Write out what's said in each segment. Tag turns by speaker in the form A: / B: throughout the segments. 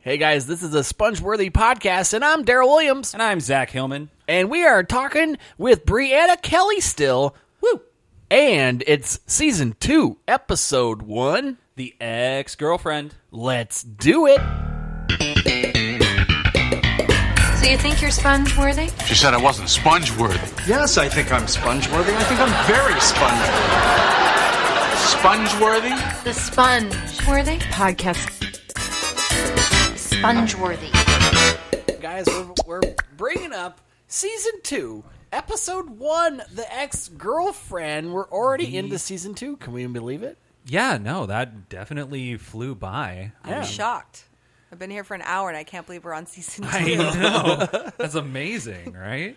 A: Hey guys, this is a Spongeworthy podcast, and I'm Daryl Williams,
B: And I'm Zach Hillman.
A: and we are talking with Brianna Kelly still. Woo! And it's season two, episode one.
B: The ex girlfriend.
A: Let's do it.
C: So you think you're sponge worthy?
D: She said I wasn't sponge worthy.
E: Yes, I think I'm sponge worthy. I think I'm very sponge worthy.
D: Sponge worthy?
C: The sponge worthy podcast. Sponge worthy.
A: Guys, we're, we're bringing up season two, episode one, the ex girlfriend. We're already into season two. Can we even believe it?
B: Yeah, no, that definitely flew by.
A: Yeah.
F: I'm shocked. I've been here for an hour and I can't believe we're on season two.
B: I know. That's amazing, right?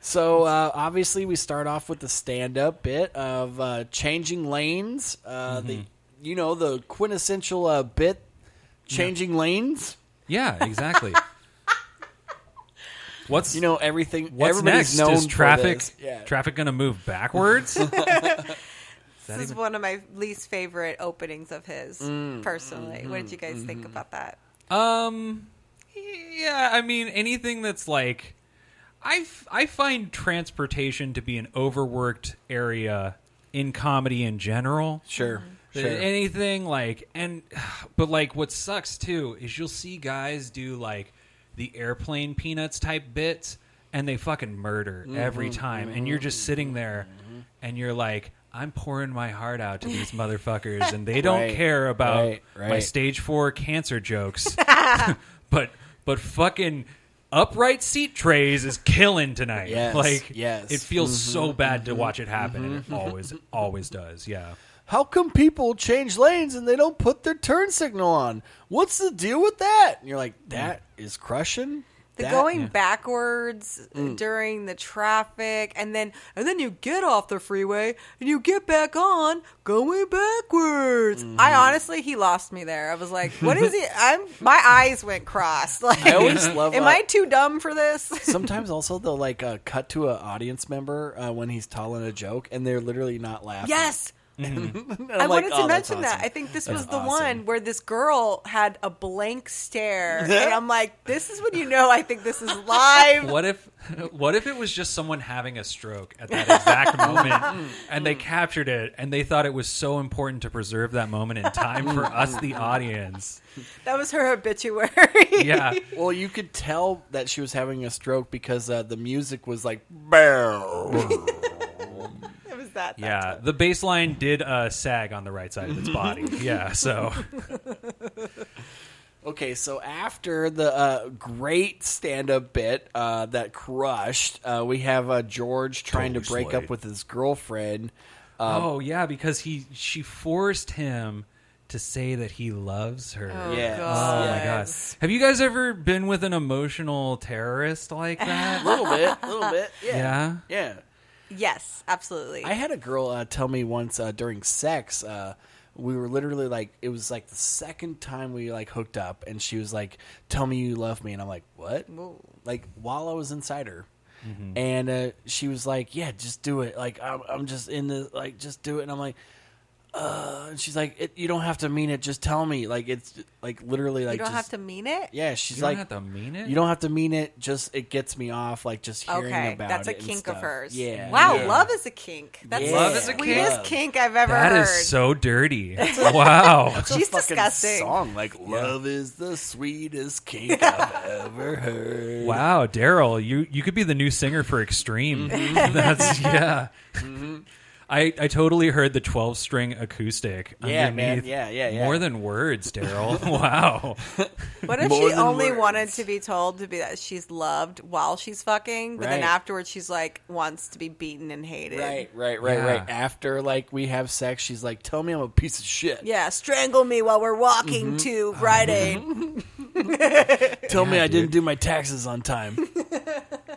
A: So uh, obviously, we start off with the stand-up bit of uh, changing lanes. Uh, The
B: Mm-hmm.
A: you know the quintessential uh, bit, changing lanes.
B: Yeah, exactly. What's
A: You know everything.
B: what's
A: everybody's
B: next?
A: known
B: Is
A: for
B: traffic
A: this. Yeah.
B: traffic going to move backwards?
F: This is one of my least favorite openings of his,
A: Mm.
F: personally. what
A: Mm-hmm.
F: did you guys think about that?
B: Um, yeah, I mean anything that's like, I f- I find transportation to be an overworked area in comedy in general.
A: sure.
B: Th- Anything like and, but like what sucks too is you'll see guys do like the airplane peanuts type bits and they fucking murder
A: Mm-hmm.
B: every time and you're just sitting there and you're like I'm pouring my heart out to these motherfuckers and they don't
A: Right,
B: care about
A: right,
B: my
A: right.
B: stage 4 cancer jokes but but fucking upright seat trays is killing tonight
A: Yes,
B: like
A: yes. Mm-hmm.
B: it feels so bad to watch it happen and it always always does yeah
A: How come people change lanes and they don't put their turn signal on? What's the deal with that? And you're like,
B: Mm.
A: that is crushing.
F: The
A: That- Mm.
F: going backwards uh, during the traffic, and then and then you get off the freeway and you get back on going backwards.
A: Mm-hmm.
F: I honestly, he lost me there. I was like, "What is he?" I'm my eyes went crossed. Like,
A: I always love.
F: am
A: uh,
F: I too dumb for this?
A: Sometimes also they'll like uh, cut to an audience member uh, when he's telling a joke and they're literally not laughing.
F: yes,
A: And
F: I
A: I'm like,
F: wanted
A: "Oh,
F: to
A: that's awesome."
F: mention that. I think this was the
A: awesome.
F: one where this girl had a blank stare, and I'm like, "This is when you know I think this is live."
B: What if what if it was just someone having a stroke at that exact moment and they captured it and they thought it was so important to preserve that moment in time for us the audience.
F: that was her obituary.
B: Yeah.
A: Well, you could tell that she was having a stroke because uh, the music was like, "Bow."
F: it was that. that
B: Yeah.
F: time.
B: The baseline did uh, sag on the right side of its body. Yeah, so
A: okay. So after the uh, great stand-up bit uh, that crushed, uh, we have uh, George trying to break up with his girlfriend.
B: Oh yeah, because he she forced him to say that he loves her.
A: yes,
F: God.
B: Oh my god.
A: yes.
B: Have you guys ever been with an emotional terrorist like that?
A: a little bit, a little bit, yeah.
B: yeah.
A: yeah.
F: Yes, absolutely.
A: I had a girl uh, tell me once uh, during sex, uh, we were literally like, it was like the second time we like hooked up, and she was like, "Tell me you love me," and I'm like, "What?" Like while I was inside her,
B: Mm-hmm.
A: and uh, she was like, "Yeah, just do it." Like I'm, I'm just in the like, just do it, and I'm like. Uh, and she's like, it, you don't have to mean it. Just tell me. Like it's like literally like
F: you don't
A: just,
F: have to mean it.
A: Yeah, she's
B: You
A: like,
B: don't have to mean it.
A: you don't have to mean it. Just it gets me off. Like just hearing
F: Okay,
A: about
F: that's a
A: it and
F: kink
A: stuff.
F: of hers.
A: Yeah.
F: Wow,
A: yeah.
F: love is a kink. That's
A: Love
F: the
A: is a
F: sweetest
A: kink.
F: kink I've ever
B: That
F: heard.
B: is so dirty. wow.
A: a
F: She's
A: fucking
F: disgusting.
A: Song like "Love is the sweetest kink I've ever heard."
B: Wow, Daryl, you you could be the new singer for Extreme.
A: Mm-hmm.
B: That's yeah. I I totally heard the twelve string acoustic.
A: Yeah, man.
B: underneath.
A: Yeah, yeah, yeah.
B: More than words, Daryl. wow.
F: What if
A: More
F: she
A: than
F: only
A: words.
F: wanted to be told to be that she's loved while she's fucking, but then
A: Right.
F: afterwards she's like wants to be beaten and hated.
A: Right, right, right,
B: Yeah.
A: right. After like we have sex, she's like, "Tell me I'm a piece of shit.
F: Yeah, strangle me while we're
B: Mm-hmm.
F: walking to
B: Uh-huh.
F: Friday.
A: Tell me I didn't do my taxes on time."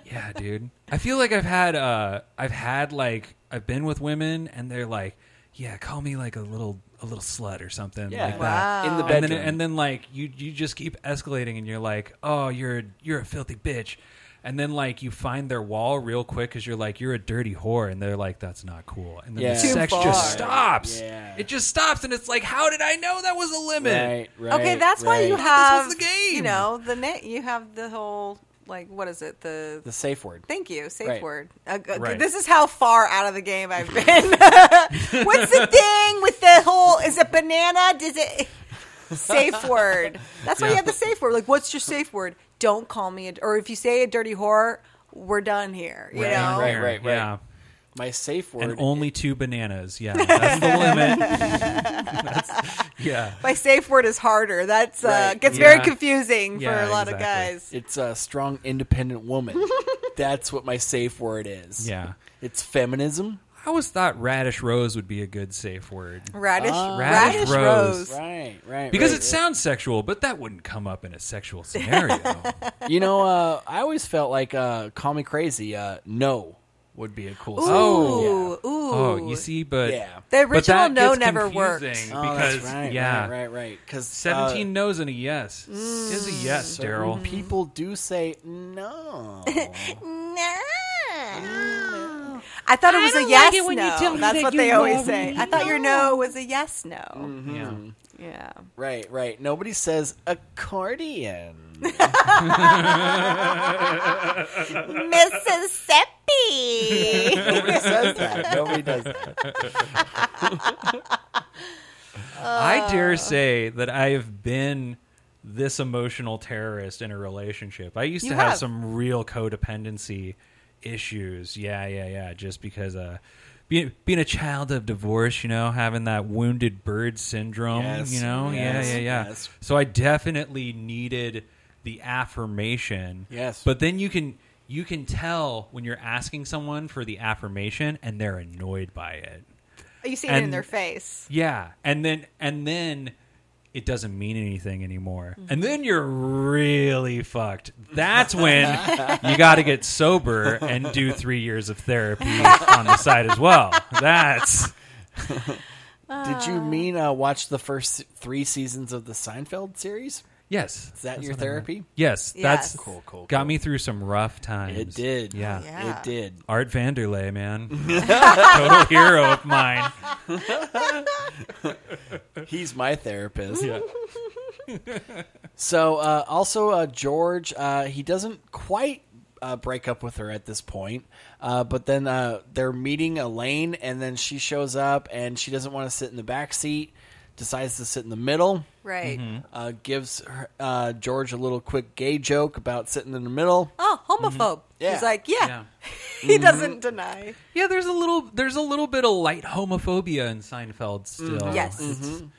B: Yeah, dude. I feel like I've had uh I've had like I've been with women and they're like, yeah, call me like a little a little slut or something
A: yeah,
B: like that.
A: in the
B: and
A: bedroom.
B: then and then like you you just keep escalating and you're like oh you're you're a filthy bitch and then like you find their wall real quick because you're like you're a dirty whore, and they're like that's not cool, and then
A: Yeah.
B: the
A: Too
B: sex
F: far.
B: just stops.
A: Yeah.
B: It just stops, and it's like, how did I know that was a limit?
A: Right, right.
F: Okay, that's why you
A: right.
F: have
B: the game.
F: You know, the net. You have the whole like what is it? The,
A: the safe word.
F: thank you safe
A: Right.
F: word. Uh, uh,
B: Right.
F: This is how far out of the game I've been. What's the thing with the whole? Is it banana? Does it safe word? That's why you
B: Yeah.
F: have the safe word. Like, what's your safe word? Don't call me a. Or if you say a dirty whore, we're done here. You
B: Right,
F: know.
A: right, right.
B: Yeah.
A: My safe word.
B: And only two bananas. Yeah, that's the limit. That's- yeah.
F: My safe word is harder. That's uh,
A: Right.
F: gets very
B: Yeah.
F: confusing for
B: Yeah,
F: a lot
B: exactly.
F: of guys.
A: It's a strong, independent woman. that's what my safe word is.
B: Yeah.
A: It's feminism.
B: I always thought radish rose would be a good safe word.
F: Radish,
B: Radish
F: radish,
B: rose.
F: rose.
A: Right, right.
B: Because
A: right,
B: it sounds sexual, but that wouldn't come up in a sexual scenario.
A: right. You know, uh, I always felt like uh, "Call Me Crazy." Uh, no would be a cool.
F: Ooh,
A: safe word.
F: ooh.
B: oh, you see, but
A: Yeah.
F: The
B: but that
F: original no
B: gets
F: never worked. Uh,
B: confusing
A: Oh,
B: because
A: that's right,
B: yeah,
A: right, right, right. uh, Because
B: seventeen no's and a yes is a
F: Mm.
B: yes, Daryl.
A: people do say no.
F: No. I thought it was a yes no. That's what they always say. I thought your no Mm-hmm. was a yes no.
B: Yeah.
F: Yeah.
A: right, right. Nobody says accordion.
F: Mississippi.
A: Nobody says that. Nobody does that.
B: I dare
A: Uh,
B: say that I have been this emotional terrorist in a relationship. I used
F: You
B: to have,
F: have.
B: some real codependency issues. Yeah, yeah, yeah. Just because uh, being being a child of divorce, you know, having that wounded bird syndrome,
A: Yes,
B: you know,
A: yes,
B: yeah, yeah, yeah.
A: yes.
B: So I definitely needed the affirmation.
A: Yes.
B: but then you can. You can tell when you're asking someone for the affirmation and they're annoyed by it.
F: You see it in
B: And-
F: their face.
B: Yeah, and then and then it doesn't mean anything anymore.
F: Mm-hmm.
B: And then you're really fucked. That's when you got to get sober and do 3 years of therapy on the side as well. That's
A: Did you mean uh, watch the first three seasons of the Seinfeld series?
B: yes.
A: Is that
B: That's
A: your
B: what I meant.
A: therapy?
B: Yes, that's
F: Yes. Cool,
A: cool,
B: Got
A: cool.
B: me through some rough times.
A: It did.
B: Yeah.
F: Yeah.
A: It did.
B: Art Vanderlay, man. Total hero of mine.
A: He's my therapist. So uh, also uh, George, uh, he doesn't quite uh, break up with her at this point, uh, but then uh, they're meeting Elaine, and then she shows up, and she doesn't want to sit in the back seat, decides to sit in the middle.
F: Right.
B: Mm-hmm. Hmm.
A: Uh, gives her, uh, George a little quick gay joke about sitting in the middle.
F: Oh, homophobe.
A: Yeah.
F: He's like, yeah.
B: Mm-hmm.
F: Mm-hmm.
B: Yeah.
F: he doesn't deny.
B: Yeah, there's a little there's a little bit of light homophobia in Seinfeld
A: Mm-hmm.
B: still.
F: Yes.
B: Mm-hmm.
F: Mm-hmm.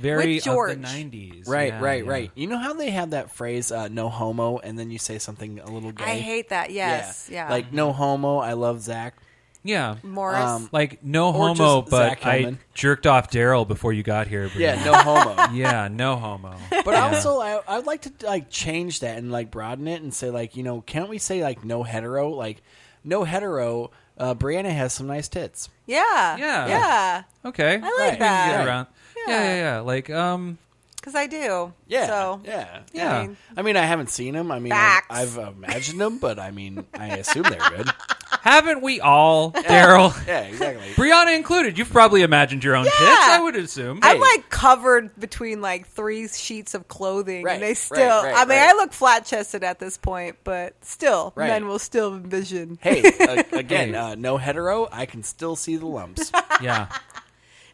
B: very
F: With George.
B: of the 90s.
A: Right,
B: Yeah,
A: right,
B: yeah.
A: right. You know how they have that phrase uh, "no homo," and then you say something a little gay.
F: I hate that. Yes. Yeah.
A: Like
B: Mm-hmm.
A: "no homo," I love Zach.
B: Yeah.
F: Morris.
B: Like no
A: Or
B: homo,
A: just
B: but
A: Zach
B: I
A: Hellman.
B: jerked off Daryl before you got here. But
A: Yeah, no homo.
B: yeah, no homo.
A: But also, I, I'd like to like change that and like broaden it and say like, you know, can't we say like no hetero? Like, no hetero. Uh, Brianna has some nice tits.
F: yeah.
B: Yeah.
F: Yeah.
B: Okay, I
F: like that.
B: Get around. Yeah. yeah, yeah, Like um,
F: Because I do.
A: Yeah,
F: So.
A: yeah,
B: Yeah.
A: I mean, I, mean, I haven't seen them. I mean, I,
F: Facts.
A: I've imagined them, but I mean, I assume they're good.
B: haven't we all, Daryl?
A: Yeah, exactly.
B: Brianna included. You've probably imagined your own tits. I would assume.
F: I'm like covered between like three sheets of clothing,
A: Right,
F: and they
A: right,
F: still.
A: right,
F: I mean,
A: right.
F: I look flat chested at this point, but still,
A: Right.
F: men will still envision.
A: hey, uh, again, uh, no hetero. I can still see the lumps.
B: yeah.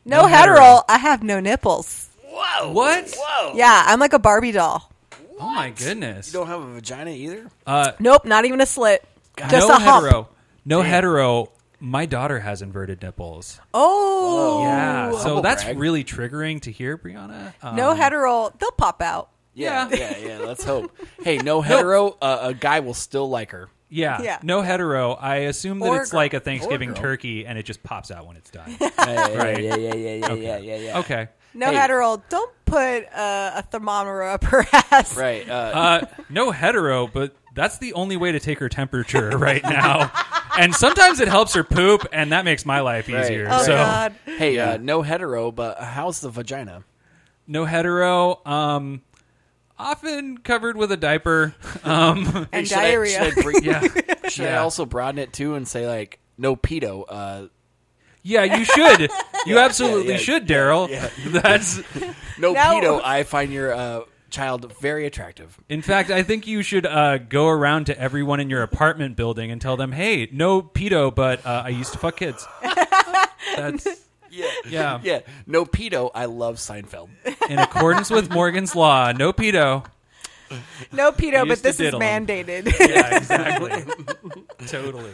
F: No,
B: No
F: hetero,
B: hetero.
F: I have no nipples.
B: What?
F: Yeah, I'm like a Barbie doll.
B: Oh my goodness.
A: Don't have a vagina either.
F: Nope, not even a slit. Just
B: no
F: a hump.
B: hetero. No hetero. My daughter has inverted nipples.
F: Oh,
B: yeah. So
A: Humble
B: that's
A: brag.
B: really triggering to hear, Brianna. Um,
F: no hetero, they'll pop out.
A: Yeah,
B: Yeah.
A: yeah, yeah. Let's hope. Hey, no hetero. Uh, a guy will still like her.
B: Yeah.
F: Yeah.
B: No hetero. I assume that
F: Or
B: it's
F: girl.
B: like a Thanksgiving
A: girl.
B: turkey and it just pops out when it's done.
A: Yeah, yeah,
B: Right.
A: yeah, yeah, yeah, yeah, yeah, yeah, yeah.
B: okay.
F: No
A: Hey.
F: hetero, don't put uh, a thermometer up her ass.
A: Right. Uh,
B: Uh, no hetero, but that's the only way to take her temperature right now. and sometimes it helps her poop, and that makes my life easier.
A: right.
F: Oh,
B: So
F: God.
A: Hey, uh, no hetero, but how's the vagina?
B: no hetero. Um, often covered with a diaper. Um,
F: and
A: Should I-
F: diarrhea.
A: should I bring-
B: yeah,
A: Should I
B: Yeah.
A: also broaden it too and say like no pedo? Uh,
B: yeah, you should. You absolutely
A: yeah,
B: should, Daryl. That's.
A: no
F: Now-
A: pedo. I find your uh, child very attractive.
B: In fact, I think you should uh, go around to everyone in your apartment building and tell them, "Hey, no pedo, but uh, I used to fuck kids." That's
A: Yeah,
B: yeah.
A: yeah. No pedo. I love Seinfeld.
B: In accordance with Morgan's law, no pedo.
F: no pedo,
B: used
F: but
B: to
F: this is
B: diddle 'em.
F: mandated.
B: Yeah, exactly. totally.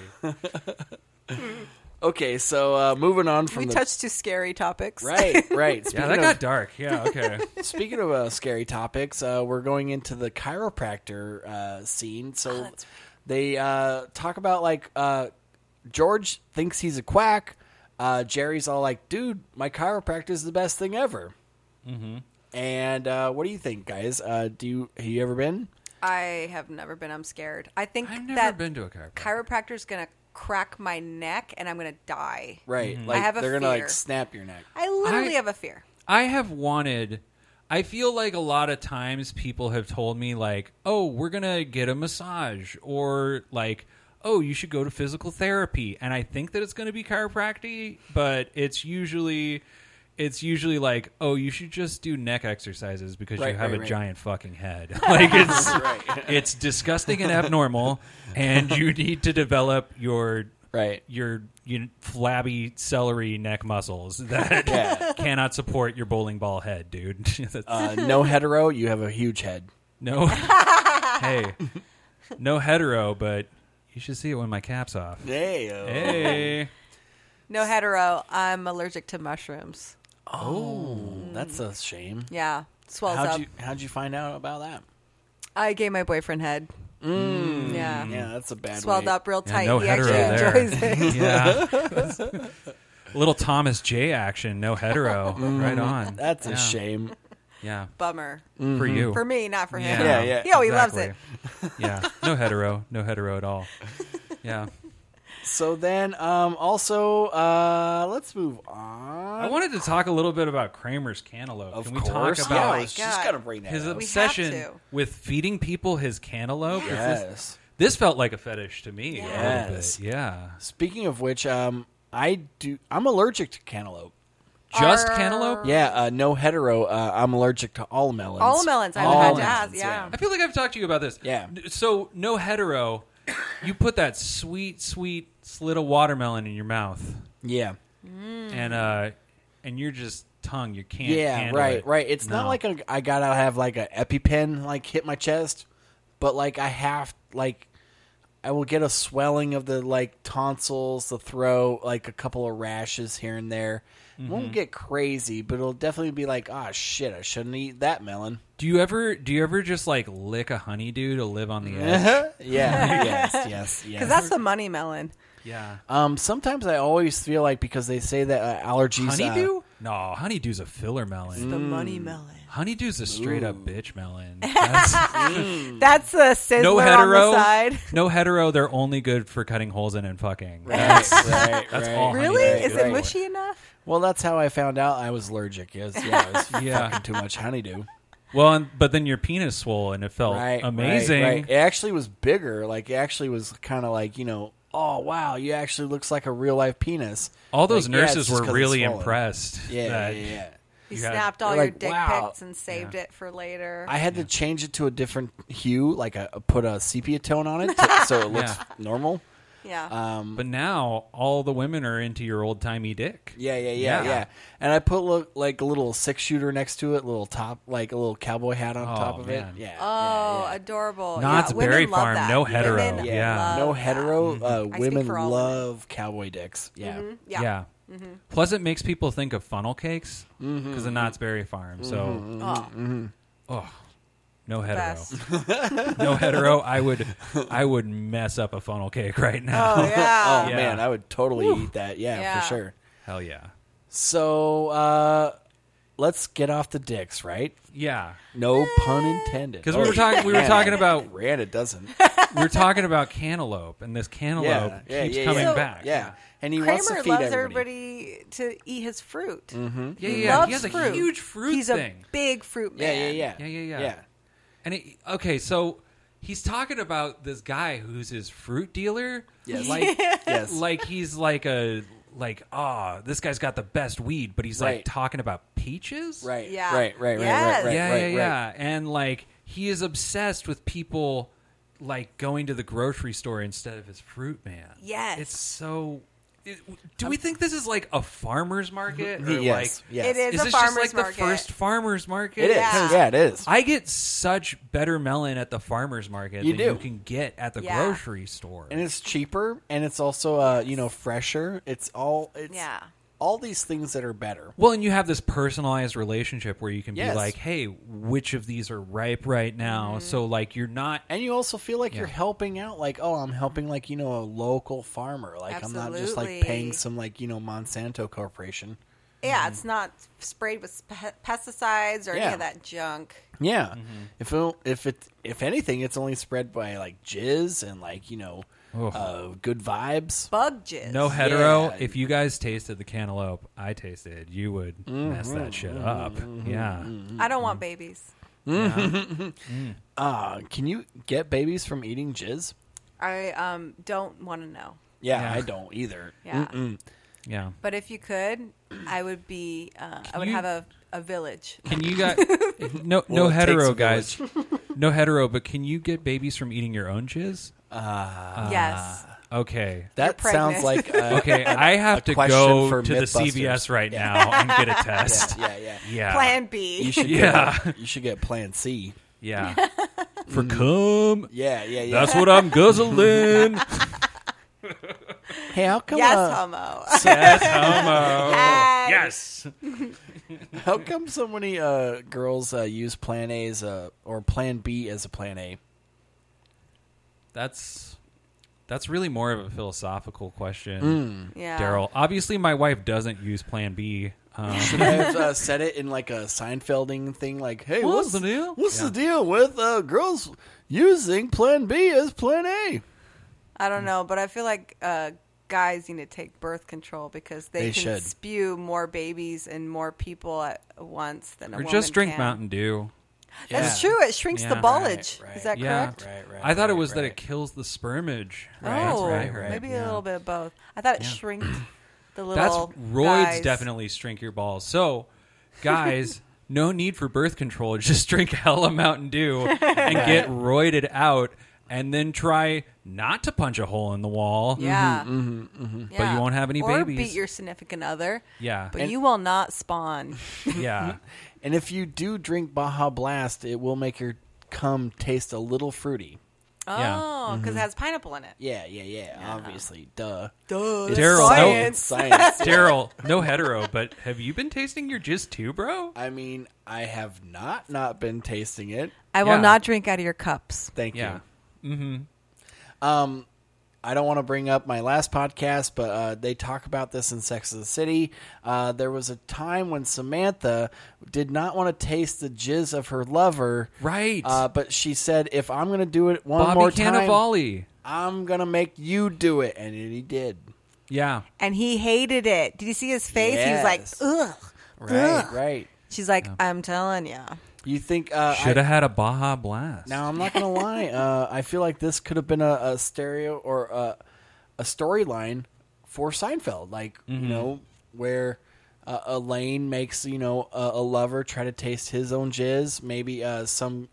A: Okay, so uh, moving on from
F: we
A: the
F: touched two scary topics.
A: right, right. Speaking
B: Yeah, that
A: of,
B: got dark. Yeah. Okay.
A: speaking of uh, scary topics, uh, we're going into the chiropractor uh, scene. So
F: Oh,
A: they uh, talk about like uh, George thinks he's a quack. Uh, Jerry's all like, "Dude, my chiropractor is the best thing ever." Mm-hmm. And uh, what do you think, guys? Uh, do you have you ever been?
F: I have never been. I'm scared. I think
B: I've never
F: that
B: been to a chiropractor.
F: chiropractor's gonna crack my neck and I'm gonna die.
A: Right, like
F: have a
A: they're gonna
F: fear.
A: like snap your neck.
F: I literally
B: Mm-hmm. I-
F: have a fear.
B: I have wanted. I feel like a lot of times people have told me like, "Oh, we're gonna get a massage," or like, "Oh, you should go to physical therapy." And I think that it's gonna be chiropractic, but it's usually, it's usually like, "Oh, you should just do neck exercises because
A: Right,
B: you have
A: right,
B: a
A: right.
B: giant fucking head." like it's it's disgusting and abnormal, and you need to develop your
A: Right.
B: your you flabby celery neck muscles that
A: Yeah.
B: cannot support your bowling ball head, dude. That's-
A: Uh, no hetero, you have a huge head.
B: no, hey, no hetero, but you should see it when my cap's off.
A: Yeah.
B: Hey,
F: No hetero. I'm allergic to mushrooms.
A: That's a shame.
F: Yeah, swells
A: How'd
F: up.
A: you how'd you find out about that?
F: I gave my boyfriend head. Mm. Yeah.
A: Yeah, that's a bad
F: Swelled
A: way.
F: up real
B: Yeah,
F: tight.
B: no
F: he
B: hetero
F: actually
B: there.
F: enjoys it.
B: yeah, little Thomas J action, no hetero,
A: Mm.
B: right on.
A: That's
B: Yeah.
A: a shame.
B: Yeah,
F: Bummer
B: for you.
F: for me, not for him.
B: Yeah,
A: Mm-hmm. Yeah, yeah.
F: He always loves
B: it. yeah, no hetero, no hetero at all. Yeah.
A: So then, um, also, uh, let's move on.
B: I wanted to talk a little bit about Kramer's cantaloupe.
A: of
B: Can we
A: course,
B: talk
A: yeah,
B: about
A: I was
F: Oh my
A: just
F: God.
A: gotta bring that
B: his
A: up.
F: We have
B: obsession
F: to.
B: with feeding people his cantaloupe? 'Cause This,
A: Yes.
B: this felt like a fetish to me. a little
A: Yes.
B: bit. Yeah.
A: Speaking of which, um, I do. I'm allergic to cantaloupe.
B: Just
F: Are-
B: cantaloupe?
A: Yeah, uh, no hetero. Uh, I'm allergic to all melons.
F: All melons. I
B: All
F: had to
B: melons,
F: ask. Yeah.
B: I feel like I've talked to you about this.
A: Yeah.
B: N- So, no hetero, you put that sweet, sweet slit of watermelon in your mouth,
A: Yeah.
F: Hmm.
B: and uh, and you're just tongue. You can't.
A: Yeah.
B: handle
A: Right.
B: it.
A: Right. It's not
B: No.
A: like a, I gotta have like a EpiPen like hit my chest, but like I have like I will get a swelling of the like tonsils, the throat, like a couple of rashes here and there. It Won't
B: Mm-hmm.
A: get crazy, but it'll definitely be like, ah, shit, I shouldn't eat that melon.
B: Do you ever? Do you ever just like lick a honeydew to live on the
A: Mm-hmm.
B: edge?
A: Yeah. yes. Yes. Yes.
F: Because that's the money melon.
B: yeah.
A: um, sometimes I always feel like because they say that uh, allergies. uh,
B: Honeydew? no, honeydew's a filler melon.
A: Mm.
F: The money melon.
B: Honeydew's a straight up bitch melon. That's,
A: Mm.
F: That's a sizzler
B: no
F: on the
B: hetero.
F: side.
B: No hetero. They're only good for cutting holes in and fucking.
A: right, right,
B: That's
A: right.
B: all.
F: Really?
B: Honeydew.
F: Is it
A: Right.
F: mushy enough?
A: Well, that's how I found out I was allergic. Yes, yeah, it was
B: Yeah.
A: fucking too much honeydew.
B: Well, and, but then your penis swole and it felt
A: Right,
B: amazing.
A: right, right. It actually was bigger. Like it actually was kind of like you know, oh wow, you actually looks like a real life penis.
B: All those
A: Like, yeah, it's
B: nurses
A: just
B: were
A: 'cause it's
B: really
A: swollen.
B: impressed.
A: Yeah,
B: that-
A: yeah, yeah.
F: You
B: You had-
F: snapped all
A: You're
F: your
A: like,
F: dick
A: wow.
F: pics and saved it for later.
A: I had to change it to a different hue, like a, put a sepia tone on it, to, so it looks
B: Yeah.
A: normal.
B: uh,
F: yeah.
B: But now all the women are into your old timey dick.
A: Yeah, yeah, yeah,
B: Yeah.
A: yeah, And I put look, like a little six shooter next to it, little top, like a little cowboy hat on
B: Oh,
A: top of
B: man.
A: it. Yeah.
F: oh, adorable.
B: Knott's
F: yeah, women
B: Berry
F: love
B: Farm,
F: that.
B: no hetero.
F: Women
B: Yeah. Yeah.
F: love
A: no
F: that.
A: hetero. Uh,
F: speak
A: women
F: for all Mm-hmm.
A: love cowboy dicks. Yeah.
F: Yeah.
B: Plus, it makes people think of funnel cakes because
A: Mm-hmm,
B: of Knott's Berry Farm. So,
F: Oh,
B: no hetero.
F: best.
B: no hetero, I would I would mess up a funnel cake right now.
F: Oh, yeah.
A: Oh
B: Yeah.
A: man, I would totally eat that. Yeah,
F: Yeah.
A: for sure.
B: Hell yeah.
A: So uh, let's get off the dicks, right?
B: Yeah.
F: Eh.
A: No pun intended. Oh,
B: Because we were talking we were talking about
A: Ran it doesn't.
B: we were talking about cantaloupe and this cantaloupe
A: yeah,
B: keeps
A: yeah,
B: coming
A: yeah.
B: back.
A: Yeah, and he wants to
F: Kramer
A: feed
F: loves
A: everybody.
F: everybody to eat his fruit. Mm-hmm.
B: Yeah,
F: He
B: yeah,
F: loves
B: He has a
F: fruit.
B: huge fruit
F: He's
B: thing.
F: a big fruit
A: Yeah, yeah,
F: man.
A: yeah,
B: Yeah, yeah, yeah. And it, okay, so he's talking about this guy who's his fruit dealer.
A: Yes.
B: Like,
A: Yes.
B: like he's like a like ah, this guy's got the best weed, but he's
A: Right.
B: like talking about peaches.
A: Right.
F: Yeah.
A: Right. Right. Right.
F: Yes.
A: Right. Right.
B: yeah,
A: right,
B: yeah,
A: right.
B: yeah. And like he is obsessed with people like going to the grocery store instead of his fruit man.
F: Yes.
B: It's so. it- do we think this is like a farmer's market? Or
A: Yes.
B: Like,
A: yes.
F: It is
B: Is
F: a
B: this just like
F: farmer's market.
B: the first farmer's market?
A: It is.
F: Yeah.
A: Yeah. it is.
B: I get such better melon at the farmer's market
A: You
B: than
A: do.
B: you can get at the
F: Yeah.
B: grocery store.
A: and it's cheaper, and it's also uh, you know fresher. It's all. It's
F: Yeah.
A: All these things that are better.
B: Well, and you have this personalized relationship where you can
A: Yes.
B: be like, "Hey, which of these are ripe right now?" So like you're not
A: And you also feel like you're helping out, like, oh, I'm helping, like, you know, a local farmer. Like, I'm not just, like,
F: Absolutely.
A: paying some, like, you know, Monsanto corporation.
F: Yeah, it's not sprayed with spe- pesticides or any
A: Yeah.
F: of that junk.
A: Yeah.
B: Mm-hmm.
A: If it, if it if anything, it's only spread by like jizz and like you know uh, good vibes.
F: Bug jizz.
B: No hetero.
A: Yeah.
B: If you guys tasted the cantaloupe I tasted, you would
A: Mm-hmm.
B: mess that shit up. Yeah.
F: I don't want babies.
A: Uh, can you get babies from eating jizz?
F: I um don't want to know.
A: Yeah,
B: Yeah.
A: I don't either.
F: Yeah.
B: Yeah.
F: But if you could, I would be. Uh, I would
B: you-
F: have a, a village.
B: Can you guys no
A: Well,
B: no
A: it takes
B: hetero
A: a
B: guys. no hetero, but can you get babies from eating your own jizz? Ah.
F: yes.
B: Okay.
A: That
F: You're
A: sounds like uh,
B: Okay, I have to
A: question
B: go
A: for
B: to the
A: Mythbusters.
B: CVS right now and get a test.
A: yeah, yeah.
B: Yeah.
F: Plan B.
A: You should
B: Yeah.
A: get, you should get Plan C.
B: Yeah. For cum.
A: Yeah, Mm-hmm. yeah, yeah.
B: That's what I'm guzzling.
A: hey, how come?
F: yes,
A: uh,
F: homo.
B: yes, homo. Yes.
A: How come so many uh, girls uh, use Plan A as a or Plan B as a Plan A?
B: That's that's really more of a philosophical question.
A: Mm.
F: yeah.
B: Daryl. Obviously, my wife doesn't use Plan B. Um,
A: Should I have uh, said it in like a Seinfelding thing? Like, hey,
B: What's
A: what's,
B: the deal?
A: What's the deal with uh, girls using Plan B as Plan A?
F: I don't know, but I feel like uh, guys need to take birth control because they,
A: They
F: can
A: should.
F: spew more babies and more people at once than a
B: or
F: woman.
B: just drink
F: can.
B: Mountain Dew.
F: That's
A: Yeah.
F: true. It shrinks the
B: Yeah.
F: bulge.
A: Right,
F: Is
A: right.
F: that
B: Yeah,
F: correct?
A: Right, right,
B: I thought it
A: right,
B: was that
A: right.
B: it kills the spermage. That's
F: Oh,
B: what I heard.
F: maybe
B: Yeah.
F: a little bit of both. I thought it shrinked the
B: That's
F: little.
B: roids
F: guys.
B: definitely shrink your balls. So, guys, no need for birth control. Just drink hella Mountain Dew and get roided out, and then try not to punch a hole in the wall.
F: Yeah.
B: Mm-hmm, But you won't have any
F: or
B: babies.
F: beat your significant other.
B: Yeah.
F: But you will not spawn.
B: yeah.
A: And if you do drink Baja Blast, it will make your cum taste a little fruity.
B: Yeah. Mm-hmm.
F: Oh, because it has pineapple in it.
A: Yeah, yeah, yeah. Obviously, duh.
F: Duh.
A: It's
B: Daryl,
A: science.
F: no-
A: science.
B: Daryl, no hetero, but have you been tasting your jizz too, bro?
A: I mean, I have not not been tasting it.
F: I will
B: Yeah.
F: not drink out of your cups.
A: Thank
B: Yeah. Mm-hmm.
A: you. Um, I don't want to bring up my last podcast, but uh, they talk about this in Sex of the City. Uh, there was a time when Samantha did not want to taste the jizz of her lover.
B: Right.
A: Uh, but she said, if I'm going to do it one
B: Bobby
A: more time,
B: Cannavale.
A: I'm going to make you do it. And he did.
B: Yeah.
F: And he hated it. Did you see his face?
A: Yes.
F: He was like, ugh.
A: Right,
F: ugh."
A: right.
F: She's like, I'm telling you.
A: You think. Uh,
B: Should
A: I-
B: have had a Baja Blast.
A: Now, I'm not going to lie. Uh, I feel like this could have been a, a stereo or a, a storyline for Seinfeld. Like,
F: Mm-hmm.
A: you know, where uh, Elaine makes, you know, a, a lover try to taste his own jizz. Maybe uh, some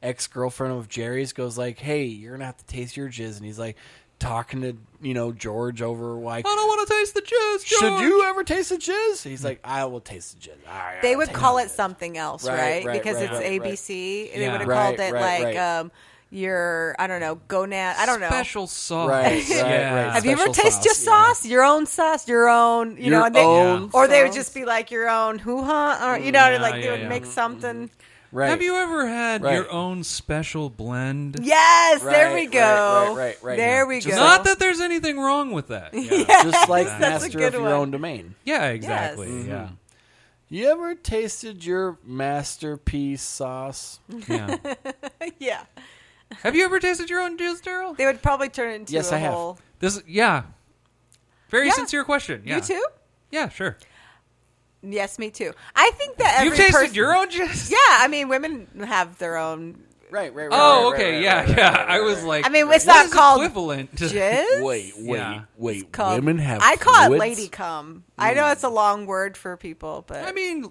A: ex girlfriend of Jerry's goes, like, hey, you're going to have to taste your jizz. And he's like, talking to, you know, George over, like,
B: I don't want to taste the jizz.
A: should
B: George.
A: you ever taste the jizz? He's
F: Hmm.
A: like, I will taste the jizz. All right,
F: They
A: I'll
F: would
A: taste
F: call
A: the
F: it
A: jizz."
F: something else,
A: Right,
F: right?
A: right,
F: because
A: right,
F: it's
A: right,
F: ABC. They
B: Yeah.
F: would have
A: Right,
F: called it
A: right,
F: like
A: right.
F: um, your, I don't know, gonad. I don't know.
B: Special sauce.
A: Right, right,
B: yeah.
A: right.
F: Have you ever
A: Special
F: tasted your
A: sauce, yeah.
F: sauce? Your own sauce, your own, you
A: Your
F: know, and they,
A: own
F: or they would
A: sauce?
F: just be like your own hoo ha, or you know,
B: Yeah,
F: like they
B: yeah,
F: would
B: yeah.
F: make something.
A: Mm-hmm. Right.
B: Have you ever had
A: Right.
B: your own special blend?
F: Yes, there
A: Right,
F: we
A: right,
F: go.
A: right, right, right.
F: There
A: Yeah.
F: we go.
A: Just
B: Not that there's anything wrong with that. Yeah,
A: Just like
F: that's a
A: master
F: good
A: of your
F: one.
A: own domain.
B: Yeah, exactly. Yeah.
A: You ever tasted your masterpiece sauce?
B: yeah.
F: yeah,
B: Have you ever tasted your own jizz, Daryl?
F: they would probably turn it into
A: Yes,
F: a
A: I have.
F: whole.
B: This, yeah. Very
F: Yeah.
B: sincere question. Yeah.
F: You too?
B: Yeah, sure.
F: Yes, me too. I think that every
B: You've tasted
F: person-
B: your own jizz.
F: Yeah, I mean, women have their own
A: Right, right, right.
B: Oh,
A: right,
B: okay,
A: right,
B: yeah,
A: right, right,
B: yeah.
A: right,
B: I
A: right,
B: was
A: right.
B: like,
G: I mean, it's
B: what
G: not
B: is
G: called
B: equivalent. to-
F: Jizz?
A: Wait, wait,
B: Yeah.
A: wait.
F: Cum.
A: Women have. Hmm.
G: I call it
A: fluids?
G: lady cum.
F: I know it's a long word for people, but
B: I mean,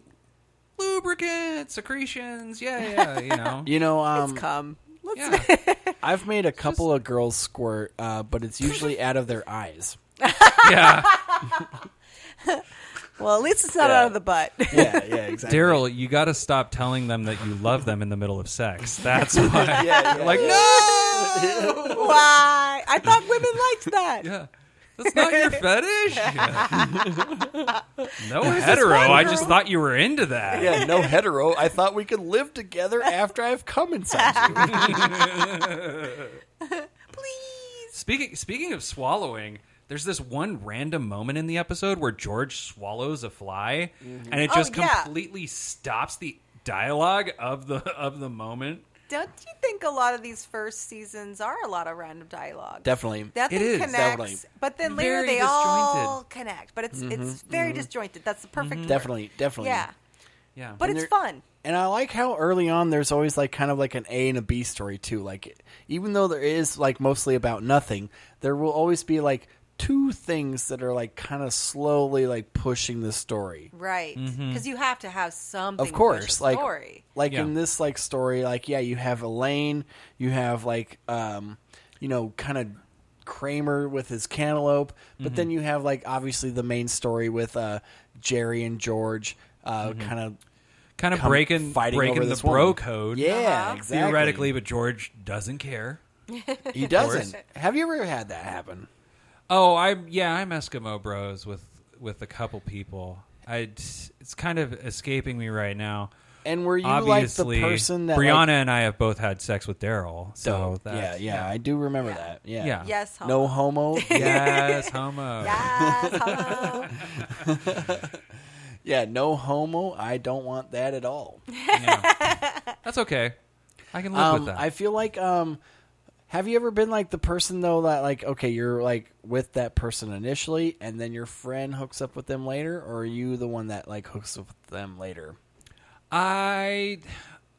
B: lubricant secretions. Yeah, yeah, you know.
A: You know,
F: it's
A: um,
F: cum. Let's
B: yeah.
A: I've made a couple of girls squirt, uh, but it's usually out of their eyes.
B: yeah.
F: Well, at least it's not
A: Yeah.
F: out of the butt.
A: Yeah, yeah, exactly.
B: Daryl, you got to stop telling them that you love them in the middle of sex. That's why.
A: yeah, yeah,
B: like,
A: yeah.
B: no!
F: Why? I thought women liked that.
B: Yeah. That's not your fetish. no hetero.
F: one
B: I
F: girl-
B: just thought you were into that.
A: Yeah, no hetero. I thought we could live together after I've come inside you.
B: Speaking speaking of swallowing, there's this one random moment in the episode where George swallows a fly, and it
F: Oh,
B: just
F: yeah.
B: completely stops the dialogue of the of the moment.
F: Don't you think a lot of these first seasons are a lot of random dialogue?
A: Definitely.
F: Nothing
B: It is,
F: connects,
A: definitely.
F: but then later
B: Very
F: they all
B: disjointed. Mm-hmm.
F: connect. But it's it's very disjointed. That's the perfect. word.
A: Definitely, definitely.
F: Yeah,
B: Yeah,
F: but
A: And
F: it's
A: there-
F: fun.
A: And I like how early on there's always like kind of like an A and a B story too. Like even though there is like mostly about nothing, there will always be like two things that are like kind of slowly like pushing the story.
F: Right, because
B: Mm-hmm.
F: you have to have something.
A: Of course,
F: to push a
A: like
F: story.
A: like
B: Yeah.
A: in this like story, like yeah, you have Elaine, you have like um, you know, kind of Kramer with his cantaloupe, but then you have like obviously the main story with uh Jerry and George, uh, kind of
B: kind of
A: come
B: breaking
A: fighting over
B: breaking the
A: this
B: bro
A: woman. Uh-huh.
B: code.
A: Yeah, exactly.
B: theoretically, but George doesn't care.
A: He doesn't. Have you ever had that happen?
B: Oh, I yeah, I'm Eskimo Bros with with a couple people. I it's kind of escaping me right now.
A: And were you
B: Obviously,
A: like the person that
B: Brianna
A: like,
B: and I have both had sex with Daryl. So
A: Oh, yeah,
B: that's,
A: yeah, I do remember that. Yeah,
B: Yeah.
F: yes, homo.
A: No homo. Yeah,
B: Yes, homo.
F: Yes, homo.
A: yeah, no homo. I don't want that at all.
B: Yeah. That's okay. I can live
A: Um,
B: with that.
A: I feel like um, have you ever been like the person though that like okay, you're like with that person initially, and then your friend hooks up with them later, or are you the one that like hooks up with them later?
B: I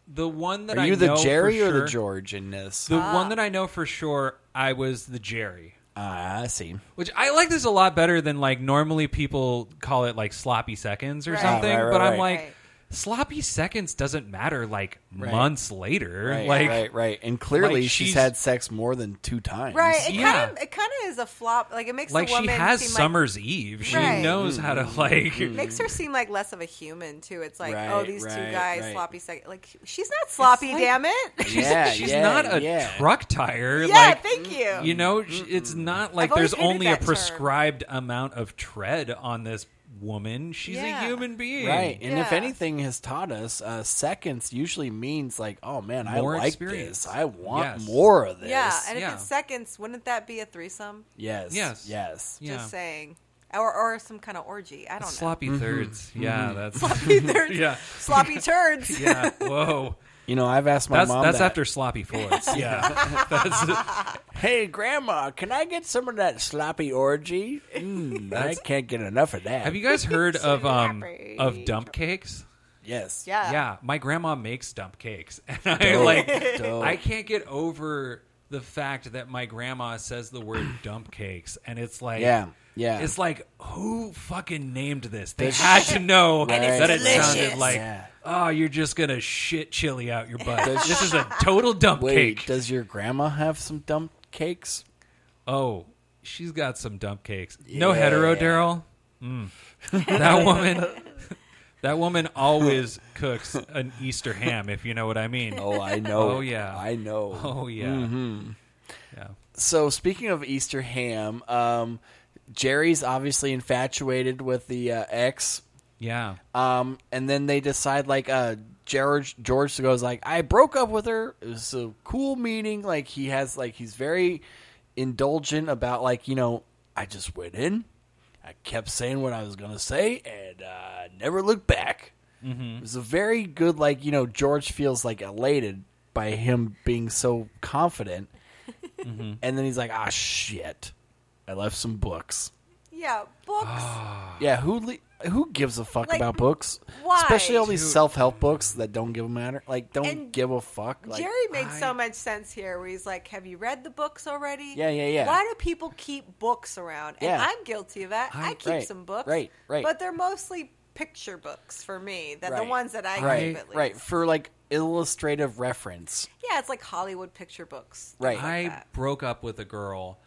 B: the one that
A: Are
B: I
A: you the
B: know for
A: Jerry or the
B: sure-
A: George in this?
B: The one that I know for sure, I was the Jerry.
A: Ah, I see.
B: Which I like this a lot better than like normally people call it like sloppy seconds or
F: Right.
B: something.
A: Right, right,
B: but I'm
A: right.
B: like
F: Right.
B: sloppy seconds doesn't matter like months later.
A: Right,
B: like
A: right, right. And clearly,
B: like
A: she's,
B: she's-
A: had sex more than two times.
F: right. It
B: Yeah.
F: kind of it kind of is a flop. Like it makes
B: like
F: the
B: she
F: woman
B: has
F: seem like
B: Summer's Eve. She
F: Right.
B: knows how to
A: Mm-hmm.
B: like
F: makes
B: Mm.
F: her seem like less of a human too. It's like, oh,
A: Right,
F: these
A: right,
F: two guys
A: right.
F: sloppy sex. Like she's not sloppy,
B: like-
F: damn it.
B: she's,
A: Yeah,
B: she's
A: yeah,
B: not a
A: yeah. Mm-hmm.
B: truck tire.
F: yeah,
B: like "Mm,
F: thank you.
B: You know, sh- it's not like
F: I've always
B: there's
F: hated
B: only a
F: that term.
B: prescribed amount of tread on this woman. She's a
F: Yeah.
B: human being.
A: Right. And if
F: Yeah.
A: anything has taught us, uh, seconds usually means like, oh man,
B: More
A: I like
B: experience.
A: this. I want
B: Yes.
A: more of this.
F: yeah, and
B: yeah.
F: if it's seconds, wouldn't that be a threesome?
A: yes.
B: Yes.
A: Yes. Yes.
B: Yeah.
F: Just saying, or or some kind of orgy. I don't
B: Sloppy
A: Mm-hmm.
B: thirds. Yeah, that's
F: know. They're
B: Yeah.
F: sloppy turds.
B: Yeah. Whoa.
A: You know, I've asked my
B: That's
A: mom.
B: that's
A: that,
B: after sloppy fours. Yeah. that's,
A: Hey, Grandma, can I get some of that sloppy orgy? Mm, I can't get enough of that.
B: have you guys heard of um
F: Sloppy.
B: of dump cakes?
A: Yes.
F: Yeah.
B: yeah, my grandma makes dump cakes, and I like I can't get over the fact that my grandma says the word dump cakes, and it's like
A: Yeah, yeah.
B: it's like who fucking named this? They
A: This-
B: had to know
A: it's
B: that it sounded
A: delicious.
B: like
A: Yeah.
B: oh, you're just gonna shit chili out your butt.
A: Does-
B: this is a total dump
A: Wait,
B: cake.
A: does your grandma have some dump cakes?
B: oh, she's got some dump cakes. No hetero, Daryl. Mm. That woman. That woman always cooks an Easter ham, if you know what I mean.
A: Oh, I know.
B: Oh,
A: it.
B: yeah.
A: I know.
B: Oh yeah. Yeah.
A: so speaking of Easter ham, um, Jerry's obviously infatuated with the uh, ex,
B: Yeah.
A: um, and then they decide like uh, George George goes like I broke up with her. It was a cool meeting. Like he has like he's very indulgent about like you know I just went in, I kept saying what I was gonna say, and uh, never looked back. It was a very good like you know George feels like elated by him being so confident. And then he's like, ah, shit. I left some books.
F: Yeah, books.
A: Yeah, who le- who gives a fuck
F: Like,
A: about books?
F: why?
A: Especially all these self help books that don't give a matter. Like, don't
F: And
A: give a fuck. Like,
F: Jerry made so
B: I-
F: much sense here where he's like, Have you read the books already?
A: Yeah, yeah, yeah.
F: Why do people keep books around? And
A: Yeah.
F: I'm guilty of that. I,
B: I-
F: keep
A: Right,
F: some books.
A: right, right.
F: But they're mostly picture books for me. They're the
A: Right,
F: ones that I
A: right,
F: keep at least.
A: right for like illustrative reference.
F: Yeah, it's like Hollywood picture books.
A: Right.
B: I
F: like that.
B: broke up with a girl,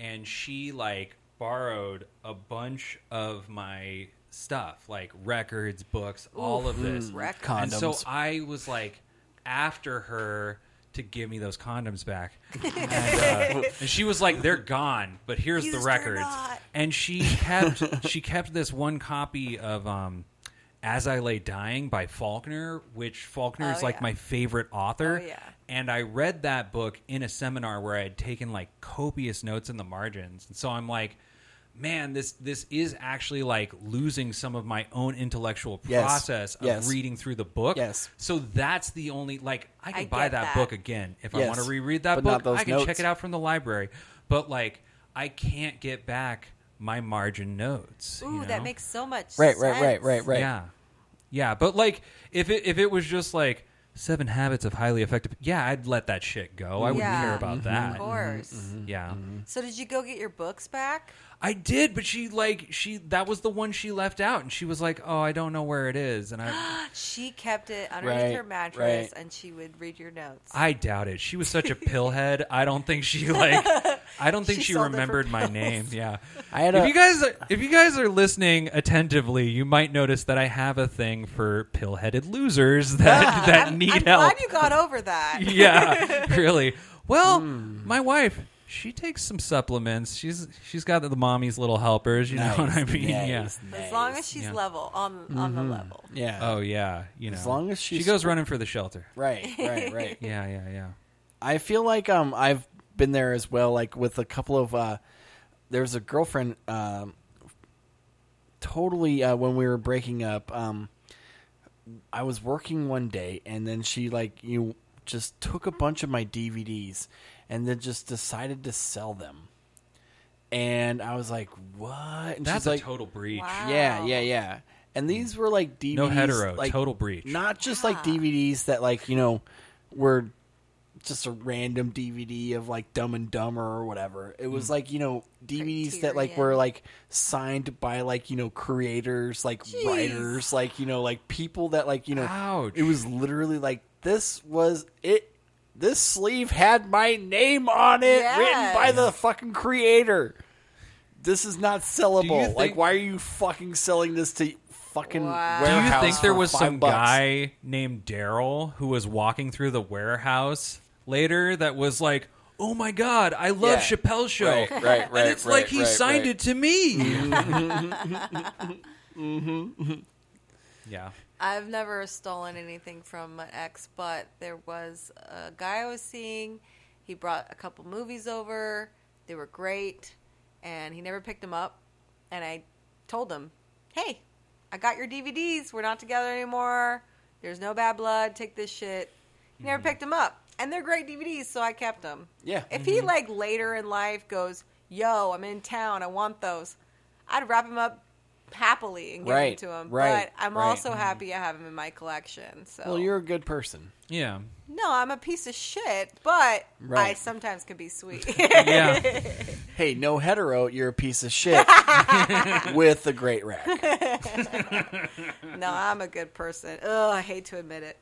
B: and she like borrowed a bunch of my stuff, like records, books, all of this.
F: Records.
B: And so
A: Condoms.
B: I was like after her to give me those condoms back. uh, And she was like, "They're gone, but here's the
F: Used or
B: records."
F: not.
B: And she kept she kept this one copy of um, "As I Lay Dying" by Faulkner, which Faulkner
F: Oh,
B: is like
F: yeah.
B: my favorite author.
F: Oh, yeah.
B: And I read that book in a seminar where I had taken like copious notes in the margins, and so I'm like. Man, this this is actually like losing some of my own intellectual
A: Yes.
B: process of
A: Yes.
B: reading through the book.
A: Yes.
B: So that's the only like I can
F: I
B: buy
F: get
B: that,
F: that.
B: book again if I
A: Yes.
B: want to reread that
A: But not
B: book.
A: those
B: I can
A: notes.
B: check it out from the library. But like I can't get back my margin notes. you
F: Ooh, that
B: know?
F: makes so much
A: Right,
F: sense.
A: right, right, right, right.
B: Yeah. Yeah. But like if it if it was just like seven habits of highly effective yeah, I'd let that shit go. I wouldn't
F: Yeah.
B: care
A: Mm-hmm.
B: about that. Mm-hmm,
F: Of course.
B: Yeah.
F: So did you go get your books back?
B: I did, but she like she that was the one she left out and she was like, Oh, I don't know where it is and I
F: She kept it underneath
A: Right,
F: her mattress
A: right.
F: and she would read your notes.
B: I doubt it. She was such a pillhead. I don't think she like. I don't think
F: She
B: she,
F: sold it for
B: remembered my
F: pills.
B: name. Yeah.
A: I had
B: if
A: a-
B: you guys are, if you guys are listening attentively, you might notice that I have a thing for pillheaded losers that that need
F: I'm
B: help.
F: glad you got over that. Hmm.
B: yeah, really. Well, my wife. She takes some supplements. She's she's got the, mommy's little helpers. You know what I
A: Nice,
B: mean?
A: nice,
B: Yeah.
F: As
A: nice.
F: long as she's
B: Yeah.
F: level on on the level.
A: yeah.
B: Oh yeah. You know.
A: As long as
B: she
A: she's-
B: goes running for the shelter.
A: Right, right, right.
B: Yeah, yeah, yeah.
A: I feel like um I've been there as well. Like with a couple of uh, there's a girlfriend um, totally uh, when we were breaking up. Um, I was working one day, and then she like you just took a bunch of my DVDs, and then just decided to sell them. And I was like, "What?" And
B: That's
A: she's
B: a
A: like,
B: total breach.
F: Wow.
A: Yeah, yeah, yeah. And these were like DVDs.
B: hetero,
A: like,
B: total breach.
A: Not just like DVDs that like you know were just a random DVD of like Dumb and Dumber or whatever. It
B: Hmm.
A: was like you know DVDs that like were
F: Criterion.
A: like signed by like you know creators, like writers, like you know like people that like you know.
B: Ouch.
A: It was literally like this was it. This sleeve had my name on it, written by
F: Yes.
A: the fucking creator this is not sellable.
B: think-
A: like, why are you fucking selling this to fucking
F: Wow.
B: Do
A: warehouse?
B: you think there
A: for
B: was
A: five
B: some
A: bucks?
B: guy named Daryl who was walking through the warehouse later that was like, "Oh my god, I love
A: Yeah.
B: Chappelle's show,"
A: Right, right, right. Mm-hmm.
B: and it's like he signed it to me. yeah,
F: I've never stolen anything from an ex, but there was a guy I was seeing. He brought a couple movies over. They were great, and he never picked them up. And I told him, "Hey, I got your DVDs. We're not together anymore. There's no bad blood. Take this shit." He never picked them up, and they're great DVDs, so I kept them.
A: Yeah.
F: If he like later in life goes, "Yo, I'm in town. I want those," I'd wrap him up happily and give
A: Right,
F: them to him.
A: right,
F: But I'm
A: right. mm-hmm.
F: also happy I have them in my collection. So
A: Well, you're a good person.
B: yeah,
F: no, I'm a piece of shit, but I
A: Right.
F: sometimes can be sweet.
B: yeah.
A: Hey, no hetero, you're a piece of shit with a great rack.
F: no, I'm a good person. Ugh, I hate to admit it.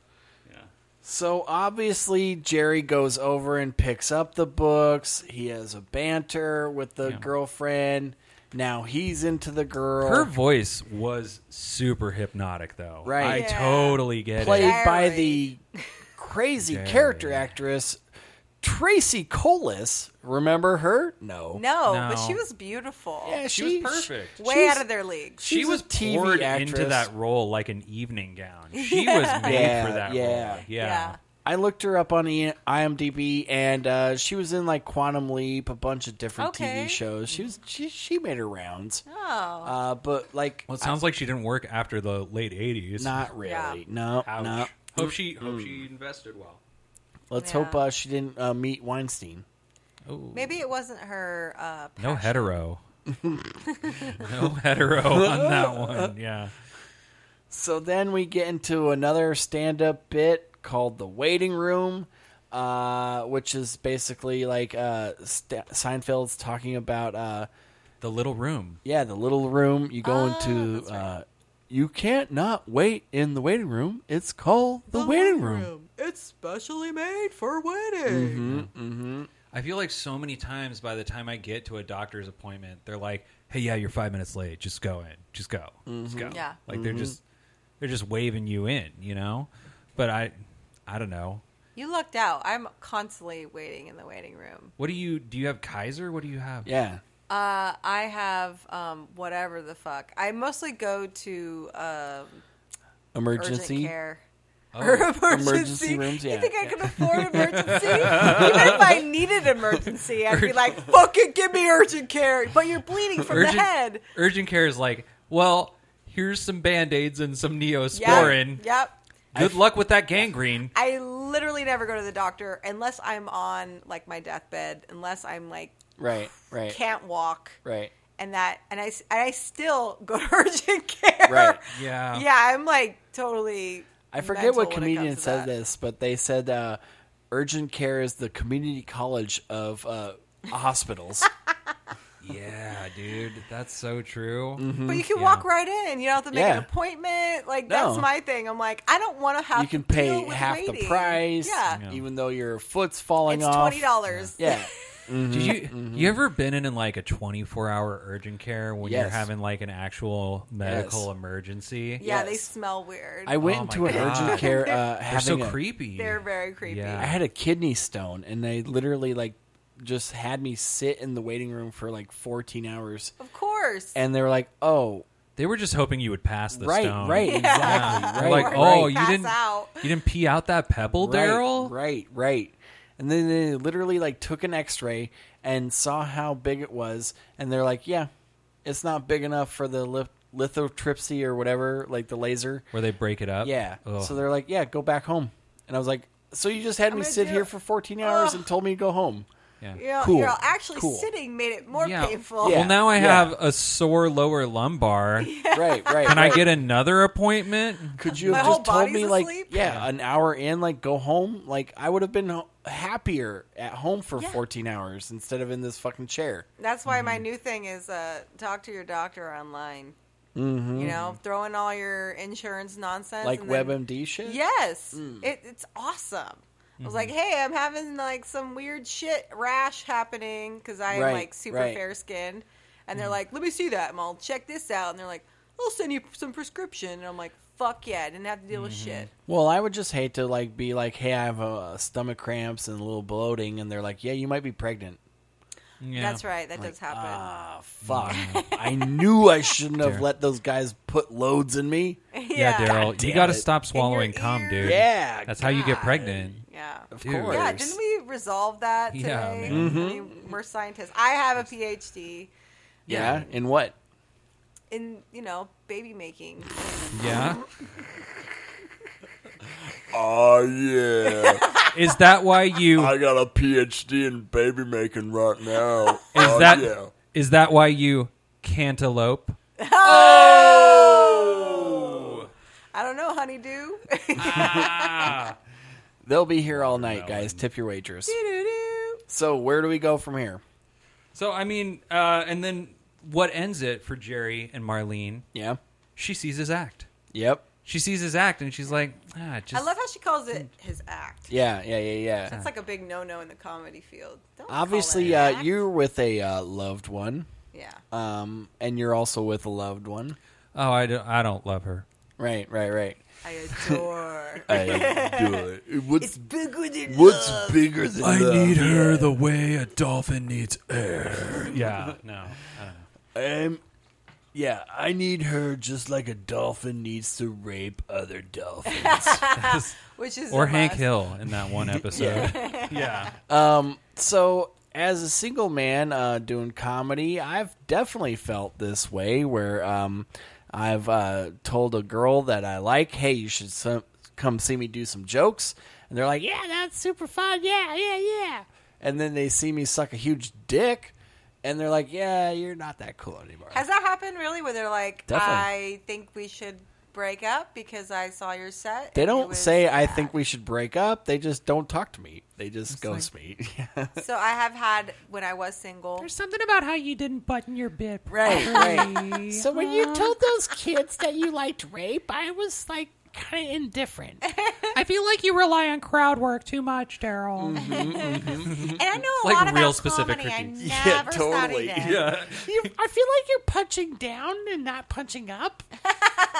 A: So obviously, Jerry goes over and picks up the books. He has a banter with the
B: Yeah.
A: girlfriend. Now he's into the girl.
B: Her voice was super hypnotic, though.
A: Right.
B: I
F: Yeah.
B: totally get
A: played
B: it.
A: by the crazy
B: Jerry.
A: character actress Tracy Colas. Remember her? No.
F: No,
B: No.
F: but she was beautiful.
A: Yeah,
B: She was
A: she-
B: perfect.
F: Way
A: she's-
F: out of their league.
A: she-
B: She
A: she's a
B: was
A: TV
B: poured into
A: actress.
B: that role like an evening gown. She was made
A: Yeah,
B: for that
A: yeah.
B: role. yeah.
A: I looked her up on E, I- IMDb, and uh, she was in like Quantum Leap, a bunch of different
F: Okay.
A: TV shows. She was she, she made her rounds,
F: Oh.
A: uh, but like
B: Well, it sounds like she didn't work after the late '80s.
A: not really.
F: Yeah.
A: No,
B: Ouch.
A: no.
B: Hope she hope she invested well.
A: Let's
F: Yeah.
A: hope uh, she didn't uh, meet Weinstein.
F: Maybe it wasn't her uh
B: No
F: passion.
B: hetero. No hetero on that one. Yeah.
A: So then we get into another stand up bit called The Waiting Room, uh, which is basically like uh, St- Seinfeld's talking about, uh,
B: The little room.
A: yeah, the little room. You go into, uh, you can't not wait in the waiting room. It's called The, Waiting Room.
F: It's specially made for waiting.
B: I feel like so many times by the time I get to a doctor's appointment, they're like, "Hey, yeah, you're five minutes late. Just go in. Just go. Just go."
F: Yeah.
B: Like they're just they're just waving you in, you know. But I, I don't know.
F: You lucked out. I'm constantly waiting in the waiting room.
B: What do you do? You have Kaiser? What do you have?
A: Yeah.
F: Uh, I have um, whatever the fuck. I mostly go to um urgent
A: Emergency.
F: care. Or emergency.
A: Oh, Emergency rooms, yeah.
F: You think I can afford emergency? Even if I needed emergency, I'd be like, "Fucking give me urgent care." But you're bleeding from the head.
B: urgent care is like, well, here's some band aids and some neosporin.
F: Yep. yep.
B: Good luck with that gangrene.
F: I literally never go to the doctor unless I'm on like my deathbed, unless I'm like
A: Right, right,
F: can't walk,
A: right.
F: and that, and I, s- and I still go to urgent care.
A: Right.
B: Yeah.
F: Yeah, I'm like
A: Oh.
F: totally.
A: I forget what
F: mental when it comes
A: comedian
F: to
A: said
F: that.
A: this, but they said uh, urgent care is the community college of uh, hospitals.
B: Yeah, dude, that's so true.
A: Mm-hmm.
F: But you can
B: Yeah.
F: walk right in. You don't have to make
A: Hmm, Yeah.
F: an appointment. Like
A: No.
F: that's my thing. I'm like, I don't want to have.
A: you can
F: to
A: pay
F: deal with
A: half the
F: waiting.
A: price,
F: Yeah,
A: even though your foot's falling
F: it's
A: off.
F: twenty dollars.
A: Yeah,
B: Did you
A: Mm-hmm.
B: you ever been in, in like a 24 hour urgent care when you're
A: Yes.
B: having like an actual medical emergency?
F: yeah, they
A: Yes.
F: smell weird.
A: I went
B: Oh my
A: into an
B: God.
A: urgent care. Uh,
B: They're so
A: having a-
B: creepy.
F: They're very creepy.
B: Yeah.
A: I had a kidney stone, and they literally like just had me sit in the waiting room for like 14 hours,
F: Of course.
A: and they were like, "Oh,
B: They were just hoping you would pass the
A: right,
B: stone.
A: right, exactly,
B: They're
A: right,
B: like,
A: right,
B: oh, you
F: Pass
B: didn't
F: out.
B: you didn't pee out that pebble,
A: Right,
B: Daryl.
A: Right, right. And then they literally like took an X-ray and saw how big it was, and they're like, "Yeah, it's not big enough for the lith- lithotripsy or whatever, like the laser."
B: Where they break it up.
A: Yeah.
B: Ugh.
A: So they're like, "Yeah, go back home." And I was like, "So you just had me
F: gonna
A: sit
F: do
A: here
F: it."
A: for 14 hours and told me to go home?"
B: yeah.
F: you know,
A: Cool.
F: you're actually
A: Cool.
F: sitting made it more
B: Yeah.
F: painful.
A: Yeah.
B: Well, now I
A: Yeah.
B: have a sore lower lumbar.
A: Right, right.
B: Can I
A: right.
B: get another appointment?
A: Could you
F: My
A: have
F: whole
A: just told
F: body's
A: me like,
F: asleep?
A: yeah, an hour in, like go home? Like I would have been ho- happier at home for
F: Yeah.
A: 14 hours instead of in this fucking chair.
F: That's why
A: Mm-hmm.
F: my new thing is uh, talk to your doctor online. You know, throw in all your insurance nonsense,
A: Mm-hmm. Like
F: and then-
A: WebMD shit. Mm. Mm-hmm.
F: Yes, it, it's awesome. I was like, hey, I'm having like some weird shit rash happening because I'm
A: Right,
F: like super
A: right. Mm-hmm.
F: fair skinned, and they're like, let me see that, and I'll check this out, and they're like, I'll send you some prescription, and I'm like, fuck yeah, I didn't have to deal with
A: Mm-hmm.
F: shit.
A: Well, I would just hate to like be like, "Hey, I have uh, stomach cramps and a little bloating," and they're like, "Yeah, you might be pregnant."
B: Yeah.
F: That's right, that does happen.
A: Ah, fuck! I knew I shouldn't have
B: Dear.
A: let those guys put loads in me.
B: Yeah, Daryl, you got to
A: it.
B: stop swallowing
F: In your
B: cum,
F: ear.
B: dude.
A: Yeah,
B: That's how you get
A: God.
B: pregnant.
F: Yeah.
A: Of
B: Dude.
A: course. Mm-hmm.
F: Yeah, didn't we resolve that today?
B: Yeah,
F: I
B: man.
F: mean, we're scientists. I have a PhD
A: Yeah, in what?
F: in, you know, baby making.
B: Yeah.
G: Oh, yeah.
B: Is that why you
A: Oh,
G: I got a PhD in baby making right now. Is
B: Is that is that why you cantaloupe?
F: I don't know, honeydew.
A: They'll be here all night, guys. Tip your wagers. So, where do we go from here?
B: So I mean, uh, and then what ends it for Jerry and Marlene?
A: Yeah.
B: She sees his act.
A: Yep.
B: She sees his act, and she's like, ah, just
F: I love how she calls it his act.
A: Yeah. Yeah. Yeah. Yeah.
F: That's like a big no no in the comedy field. Don't call
A: Obviously,
F: that
A: uh,
F: an act.
A: you're with a uh, loved one,
F: Yeah.
A: um, and you're also with a loved one.
B: oh, I don't, I don't love her.
A: Right. Right. Right. Uh,
F: I adore.
G: do it. What's,
F: it's bigger than
G: what's
F: love.
G: bigger than that?
B: her the way a dolphin needs air. Yeah, no.
G: Um, yeah, I need her just like a dolphin needs to rape other dolphins.
F: Which is
B: Or
F: a
B: Hank
F: must.
B: Hill in that one episode. yeah.
A: So, as a single man uh, doing comedy, I've definitely felt this way where um, I've uh, told a girl that I like, hey, you should some- come see me do some jokes. And they're like, yeah, that's super fun. Yeah, yeah, yeah. And then they see me suck a huge dick. and they're like, "Yeah, you're not that cool anymore."
F: Has that happened really? Where they're like,
A: Definitely.
F: I think we should break up because I saw your set.
A: they
F: and it
A: don't
F: was
A: say, "I
F: bad."
A: think we should break up." They just don't talk to me. They just ghost me. Yeah.
F: So I have had when I was single.
B: something about how you didn't button your bib.
A: Right, right.
H: So when you told those kids that you liked rape, I was like kind of indifferent.
B: I feel like you rely on crowd work too much, Daryl.
F: And I know a
B: Like
F: lot
B: real
F: about
B: specific
F: comedy. I never
B: critiques.
F: studied it.
H: You, I feel like you're punching down and not punching up.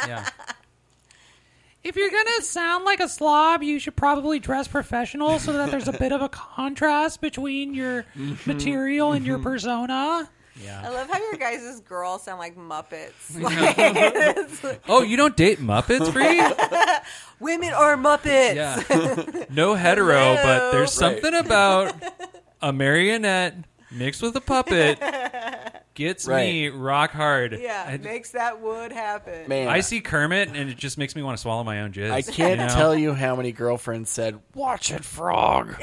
B: Yeah. If you're gonna sound like a slob, you should probably dress professional so that there's a bit of a contrast between your material and your persona.
F: I love how your guys' girls sound like Muppets.
B: Oh, you don't date Muppets, Bree?
F: Women are Muppets.
B: yeah. No hetero, but
A: Right.
B: there's something about a marionette mixed with a puppet gets me rock hard.
F: Yeah,
B: I,
F: makes that wood happen.
A: Man,
B: I see Kermit and it just makes me want to swallow my own jizz.
A: I can't
B: you know?
A: tell you how many girlfriends said, "Watch it, frog."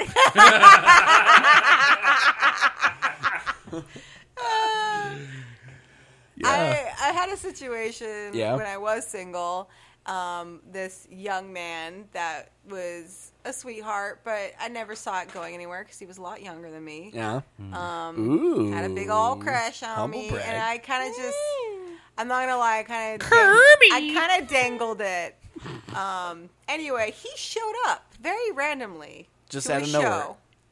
F: I, I had a situation
A: Yeah.
F: when I was single. Um, this young man that was a sweetheart, but I never saw it going anywhere because he was a lot younger than me.
A: Yeah.
B: Mm.
A: Um, Ooh.
F: Had a big old crush on
A: humble
F: me,
A: brag.
F: and I kind of just. I'm not gonna lie, I kind of I kind of dangled it. Um. Anyway, he showed up very randomly.
A: Just
F: to
A: out
F: a
A: of
F: show,
A: nowhere.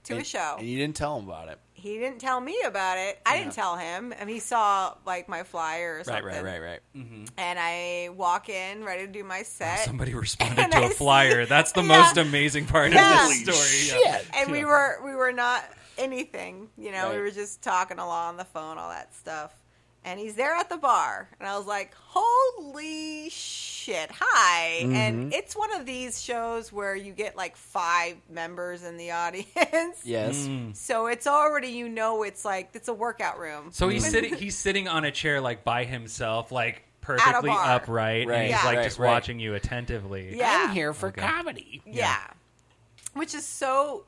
F: To a
A: And-
F: show.
A: and you didn't tell them about it.
F: he didn't tell me about it. I didn't tell him. I mean, he saw like my flyer or something.
A: right.
B: Mm.
F: And I walk in ready to do my set.
B: Somebody responded
F: And
B: to
F: I
B: a flyer.
F: see-
B: That's the
F: Yeah.
B: most amazing part
F: Yeah.
B: of this
F: Holy
B: story. Yeah.
F: and we were we were not anything you know we
A: Right.
F: were just talking a lot on the phone all that stuff and he's there at the bar and i was like holy shit hi
A: Mm-hmm.
F: and it's one of these shows where you get like five members in the audience
A: Yes.
B: Mm.
F: so it's already you know it's like it's a workout room
B: So he's sitting he's sitting on a chair like by himself, like perfectly
F: bar.
B: upright,
A: Right,
B: and he's
F: Yeah.
B: like
A: right,
B: just
A: right.
B: watching you attentively.
F: yeah
H: I'm here for comedy.
F: Yeah. Which is so.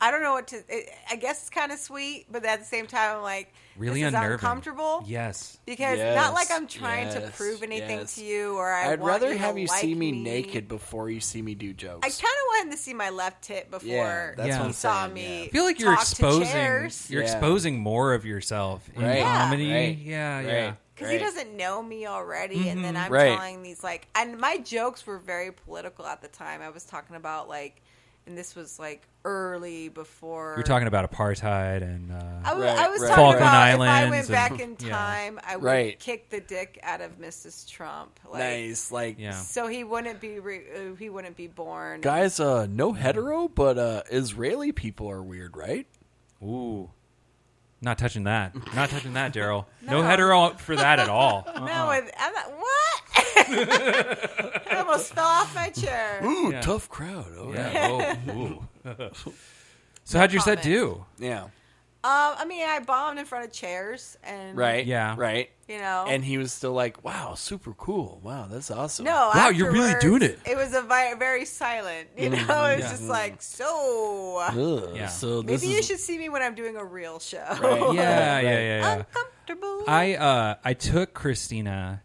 F: I don't know what to. It, I guess it's kind of sweet, but at the same time, I'm like,
B: Really
F: this is
B: unnerving.
F: uncomfortable.
B: Yes.
F: Because
A: Yes,
F: not like I'm trying to
A: yes,
F: prove anything
A: yes.
F: to you, or I
A: I'd
F: want
A: rather
F: to
A: have you see
F: like
A: me, naked before you see me do jokes.
F: I kind of want him to see my left tip before
A: Yeah, that's
B: what
F: he
B: I'm
F: saw
A: saying,
F: me.
A: yeah.
B: I feel like you're
F: talk to
B: exposing
F: chairs
B: you're
A: Yeah.
B: exposing more of yourself in
A: Right,
B: comedy.
A: right,
B: Yeah,
A: right,
B: Oh, yeah.
A: right.
F: because
A: Mm-hmm.
F: he doesn't know me already, and then I'm
A: Right.
F: telling these like, and my jokes were very political at the time. I was talking about like, and this was like early before
B: You're talking about apartheid and uh,
F: I was,
A: Right,
F: I was
A: right,
F: talking
A: right.
B: Falkland
F: about if I went
B: Islands
F: back in
B: and- yeah.
F: time, I would
A: Right.
F: kick the dick out of Mrs. Trump. Like,
A: nice, like
B: yeah.
F: So he wouldn't be re- uh, he wouldn't be born.
A: guys. Uh, no
B: Mm.
A: hetero, but uh, Israeli people are weird, right?
B: Ooh. Not touching that. Not touching that, Daryl. no. hetero for that at all.
F: No,
A: uh-uh.
F: I- I'm not, what? I almost fell off my chair.
A: Ooh,
B: Yeah.
A: tough crowd. Oh, yeah.
B: Yeah. Oh, ooh. so how'd your set
F: comment.
B: do?
A: yeah,
F: Um, I mean, I bombed in front of chairs and
A: right.
B: Yeah.
A: right.
F: you know.
A: And he was still like, "Wow, super cool. Wow, that's awesome."
F: no,
B: Wow, you're really
F: afterwards,
B: doing it.
F: It was a vi- very silent, you
A: Mm-hmm.
F: know. It was
B: yeah.
F: just like, so
A: Ugh,
B: Yeah.
A: So this
F: maybe
A: is
F: you should see me when I'm doing a real show.
A: Right.
B: Yeah, yeah,
A: Right.
B: yeah,
F: Um,
B: yeah.
F: Uncomfortable.
B: I uh, I took Christina.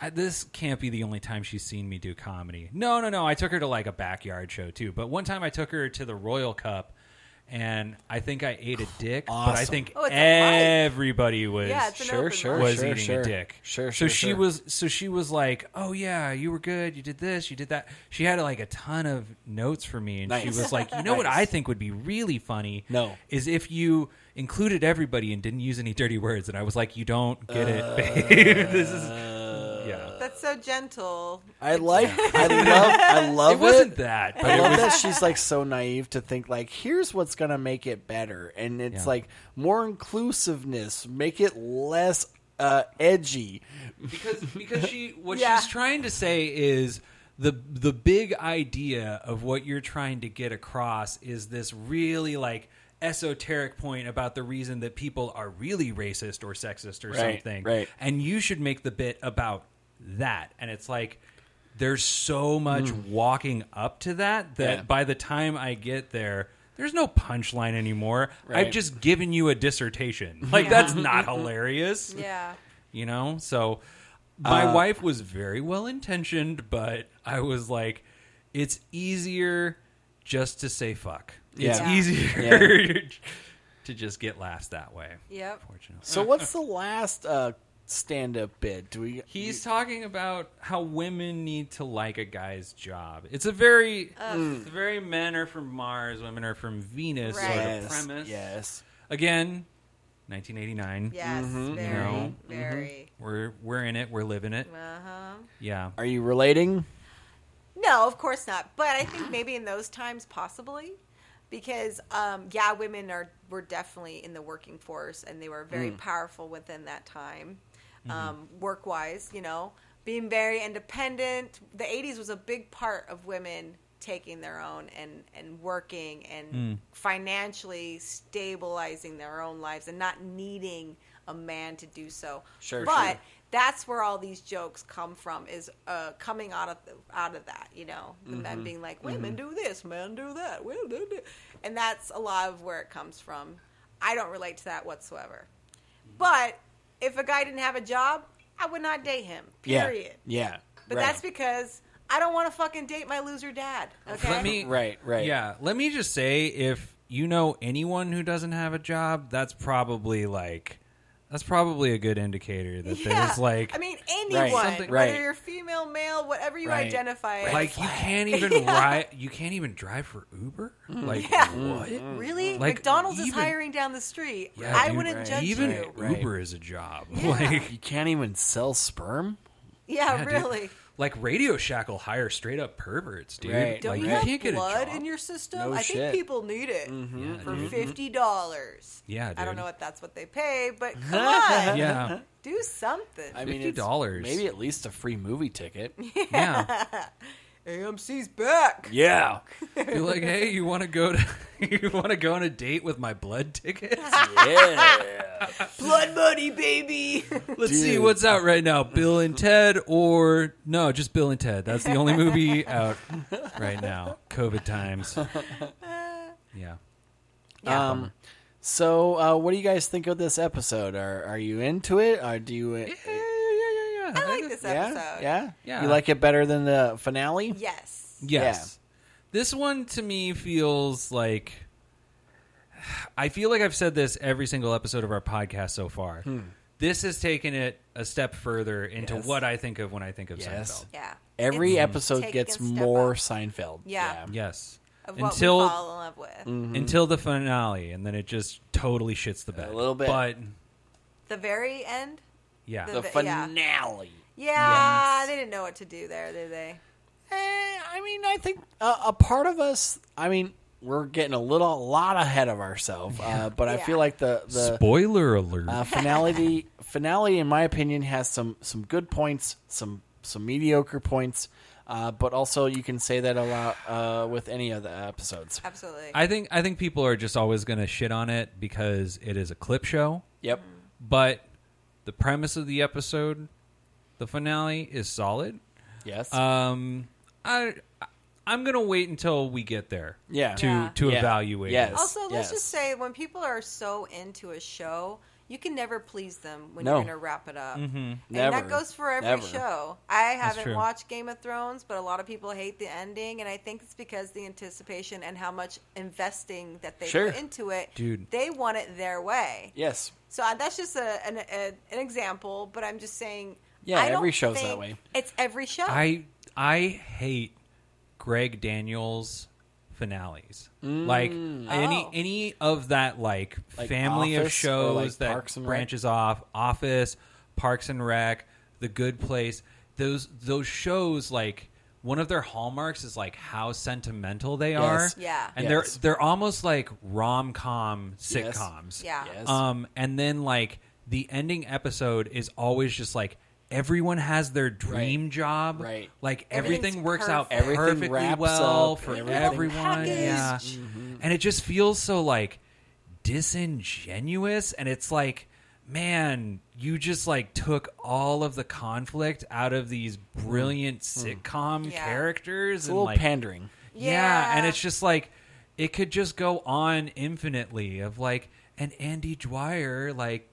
B: I, this can't be the only time she's seen me do comedy. No, no, no. I took her to like a backyard show too. But one time I took her to the Royal Cup, and I think I ate a dick. But I
A: Awesome.
B: think
F: Oh, it's a fight.
B: everybody was
F: Yeah, it's an
A: sure,
F: open
A: sure,
F: mic.
B: was
A: sure,
B: eating
A: sure.
B: a dick.
A: Sure,
B: So
A: sure.
B: she
A: sure.
B: was. So she was like, "Oh yeah, you were good. You did this. You did that." She had like a ton of notes for me, and she
A: Nice.
B: was like, "You know what I think would be really funny?
A: No.
B: is if you included everybody and didn't use any dirty words." And I was like, "You don't get it, babe. this is
A: Uh,
B: yeah.
F: That's so gentle.
A: I like. I love. I love
B: It wasn't that, but
A: I
B: it
A: love
B: was
A: that she's like so naive to think like here's what's gonna make it better, and it's
B: Yeah.
A: like more inclusiveness, make it less uh, edgy.
B: because because she what
F: Yeah.
B: she's trying to say is the the big idea of what you're trying to get across is this really like esoteric point about the reason that people are really racist or sexist or
A: Right,
B: something
A: right.
B: and you should make the bit about that and it's like there's so much walking up to that that
A: Mm. Yeah.
B: by the time i get there there's no punchline anymore.
A: Right.
B: I've just given you a dissertation. Like that's not hilarious.
F: Yeah.
B: You know? So my wife was very well intentioned, but I was like, it's easier just to say fuck. It's
A: Yeah.
B: easier to just get laughs that way.
F: Yep.
B: Unfortunately.
A: So what's the last uh, stand-up bit? Do we?
B: He's talking about how women need to like a guy's job. It's a very, it's very men are from Mars, women are from Venus sort
F: Right.
B: of
A: yes,
B: premise.
A: yes.
B: Again, 1989.
F: Yes. Very.
B: No.
F: Very.
B: We're we're in it. We're living it.
F: Uh huh.
B: Yeah.
A: Are you relating?
F: No, of course not. But I think maybe in those times, possibly, because um, yeah, women are were definitely in the working force, and they were very powerful within that time,
A: Mm-hmm.
F: um, work wise. You know, being very independent. The '80s was a big part of women taking their own and and working and
A: Mm.
F: financially stabilizing their own lives and not needing a man to do so.
A: Sure,
F: but
A: sure.
F: that's where all these jokes come from is uh, coming out of out of that you know the
A: Mm-hmm.
F: men being like women do this men do that women do that. and that's a lot of where it comes from i don't relate to that whatsoever but if a guy didn't have a job i would not date him period
A: Yeah. Yeah.
F: but
A: right.
F: that's because i don't want to fucking date my loser dad okay
B: Let me
A: Right, right.
B: Yeah, let me just say if you know anyone who doesn't have a job, that's probably like that's probably a good indicator that there's like
F: i mean anyone
A: Right.
B: Something-
A: Right.
F: whether you're female male whatever you
A: Right.
F: identify as
B: like you can't even ride you can't even drive for Uber?
F: Mm.
B: Like what?
F: Really?
B: Like,
F: McDonald's is
B: even-
F: hiring down the street.
B: Yeah,
F: Mm-hmm. I
B: dude,
F: wouldn't
B: right.
F: judge
B: even
F: you.
A: Right.
B: Uber is a job.
F: Yeah.
B: Like
A: You can't even sell sperm.
F: Yeah,
B: yeah, dude.
F: really.
B: Like Radio Shack will hire straight up perverts, dude.
A: Right.
F: Don't
B: like
F: you
B: you
F: have
B: can't get a
F: blood
B: job.
F: in your system?
A: No
F: I
A: shit. Mm-hmm.
F: think people need it
B: Yeah,
F: for
B: dude.
F: fifty dollars.
B: Yeah,
F: I don't
B: dude.
F: know what that's what they pay, but come on,
B: yeah.
F: do something.
A: I mean, it's
B: $50.
A: Maybe at least a free movie ticket.
B: Yeah.
F: AMC's back.
A: yeah.
B: You're like, "Hey, you want to go to you want to go on a date with my blood tickets?"
A: Yeah.
F: Blood money, baby.
B: Let's see
A: Dude.
B: what's out right now: Bill and Ted, or no, just Bill and Ted. That's the only movie out right now. COVID times. Yeah,
A: um, so, uh, what do you guys think of this episode? Are Are you into it? Or do you?
B: yeah, yeah, yeah.
F: I like this
A: yeah,
F: episode.
A: yeah,
B: Yeah.
A: You like it better than the finale?
F: Yes.
B: Yes, this one to me feels like. I feel like I've said this every single episode of our podcast so far. This has taken it a step further into
A: Hmm. Yes.
B: what I think of when I think of
A: Yes.
B: Seinfeld.
F: Yeah.
A: Every
F: It's
A: episode
F: taking
A: gets
F: a step
A: more
F: up
A: Seinfeld.
F: Yeah.
B: Yes.
F: Of what
B: Until
F: we fall in love with.
A: Mm.
B: until the finale, and then it just totally shits the bed
A: Mm-hmm. A little bit.
B: But
F: The very end.
B: yeah,
A: the
F: The- yeah.
A: finale.
F: Yeah, they didn't know what to do there, did they?
A: Eh, I mean, I think uh, a part of us. I mean, we're getting a little a lot ahead of ourselves, uh, but I
F: Yeah.
A: feel like the the
B: Spoiler alert.
A: uh, finality finale, in my opinion, has some some good points, some some mediocre points, uh, but also you can say that a lot uh, with any of the episodes.
F: Absolutely.
B: I think I think people are just always going to shit on it because it is a clip show,
A: Yep.
B: but the premise of the episode, the finale is solid.
A: Yes.
B: Um I I'm going to wait until we get there.
A: Yeah.
B: To
F: Yeah.
B: to
A: Yeah.
B: evaluate.
A: Yes.
B: it.
F: Also, let's
A: yes.
F: just say when people are so into a show, you can never please them when
A: No.
F: you're going to wrap it up. And
A: Never.
F: that goes for every
A: Never.
F: show. I
B: Mm-hmm. true.
F: haven't watched Game of Thrones, but a lot of people hate the ending, and I think it's because the anticipation and how much investing that they
A: Sure.
F: put into it.
B: Dude.
F: they want it their way.
A: yes.
F: So uh, that's just a, an, a, an example, but I'm just saying.
A: Yeah,
F: I don't
A: every show's that
F: think-
A: way.
F: It's every show.
B: I I hate Greg Daniels finales. Like any
F: Oh.
B: any of that like,
A: Mm. Like
B: family of
A: Office or,
B: shows
A: like,
B: that
A: Parks and Rec?
B: branches off Office, Parks and Rec, The Good Place. Those those shows like one of their hallmarks is like how sentimental they
A: Yes.
B: are.
F: Yeah.
A: Yes.
B: And they're they're almost like rom com sitcoms.
F: Yeah.
A: Yes.
B: Um, and then like the ending episode is always just like everyone has their dream
A: Right.
B: job.
A: Right.
B: Like
F: Everything's
B: everything works out
F: perfect.
A: Everything
B: perfectly
A: wraps
B: well
A: up,
B: for
A: everything- Mm-hmm.
B: everyone. Yeah. And it just feels so like disingenuous and it's like man you just like took all of the conflict out of these brilliant sitcom
F: Yeah.
B: characters
A: Mm-hmm. It's a
B: and
A: little
B: like
A: pandering.
B: yeah. and
F: Yeah.
B: it's just like it could just go on infinitely of like and Andy Dwyer like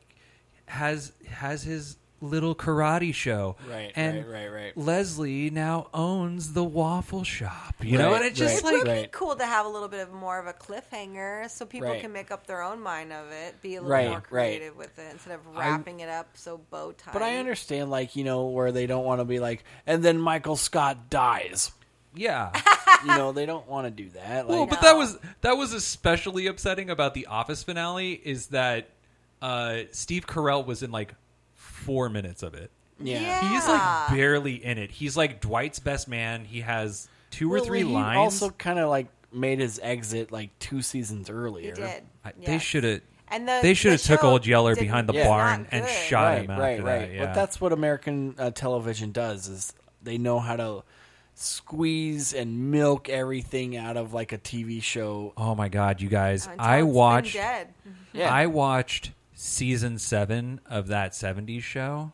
B: has has his little karate show
A: Right,
B: and
A: right, right, right.
B: Leslie now owns the waffle shop you know
A: Right,
B: and it's
A: right,
B: just like
F: It would be
A: right.
F: cool to have a little bit of more of a cliffhanger so people
A: Right.
F: can make up their own mind of it, be a little
A: Right,
F: more
A: right.
F: creative with it instead of wrapping it up so bow tie.
A: But I understand, like you know, where they don't want to be like, and then Michael Scott dies.
B: yeah
A: You know, they don't want to do that. Like, oh.
B: Well, but that was that was especially upsetting about the Office finale is that uh, Steve Carell was in like four minutes of it.
A: yeah.
B: He's
F: Yeah.
B: like barely in it. He's like Dwight's best man. He has two or
A: Well,
B: three
A: he
B: lines.
A: Also, kind of like made his exit like two seasons earlier.
F: He did.
B: I- They
F: yes.
B: should have.
F: And the-
B: they should have
F: the
B: took
F: show
B: old Yeller
F: didn't-
B: behind the
F: was
B: barn
F: not
B: and
F: good.
B: shot
A: Right,
B: him after
A: right,
B: that.
A: right.
B: Yeah.
A: But that's what American uh, television does: is they know how to squeeze and milk everything out of like a TV show.
B: oh my god, you guys!
F: Until
B: I
F: it's been
B: watched.
F: Dead.
A: Yeah.
B: I watched season seven of that '70s show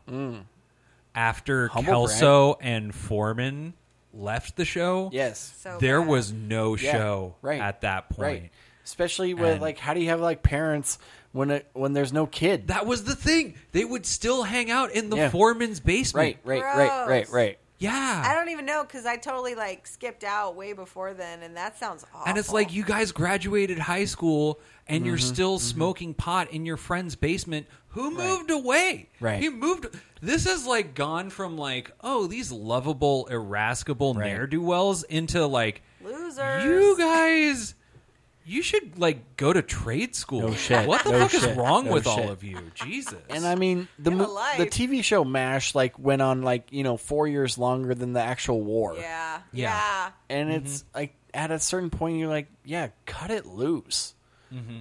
B: after
A: Mm. Humble brag.
B: Kelso and Foreman left the show.
A: Yes.
F: So
B: there
F: bad.
B: was no
A: Yeah,
B: show
A: right,
B: at that point.
A: Right. Especially with
B: And-
A: like, how do you have like parents when it, when there's no kid?
B: That was the thing. They would still hang out in the
A: Yeah.
B: foreman's basement.
A: right, right, right, right,
F: Gross.
A: right.
B: Yeah.
F: I don't even know because I totally like skipped out way before then, and that sounds awful.
B: and it's like you guys graduated high school and you're
A: Mm-hmm.
B: still smoking pot in your friend's basement who moved away
A: Right.
B: he moved this has like gone from like oh these lovable irascible
A: Right.
B: ne'er-do-wells into like
F: Losers.
B: you guys you should like go to trade school
A: No shit.
B: what the
A: No
B: fuck
A: shit.
B: is wrong
A: No
B: with all
A: shit.
B: of you jesus
A: And I mean, the
F: Get a
A: mo-
F: life.
A: the TV show Mash like went on like you know four years longer than the actual war.
F: Yeah.
B: Yeah.
F: Yeah.
A: and it's like at a certain point you're like, yeah, cut it loose.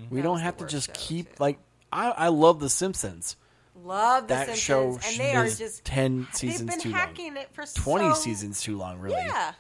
A: We don't have to
F: worst
A: just
F: show,
A: keep
F: too.
A: like. I, I love The Simpsons.
F: Love the
A: That
F: Simpsons,
A: show
F: and they are
A: is
F: just
A: 10
F: They've
A: seasons
F: been
A: too long.
F: hacking it for
A: Twenty
F: so-
A: seasons too long, really.
F: Yeah.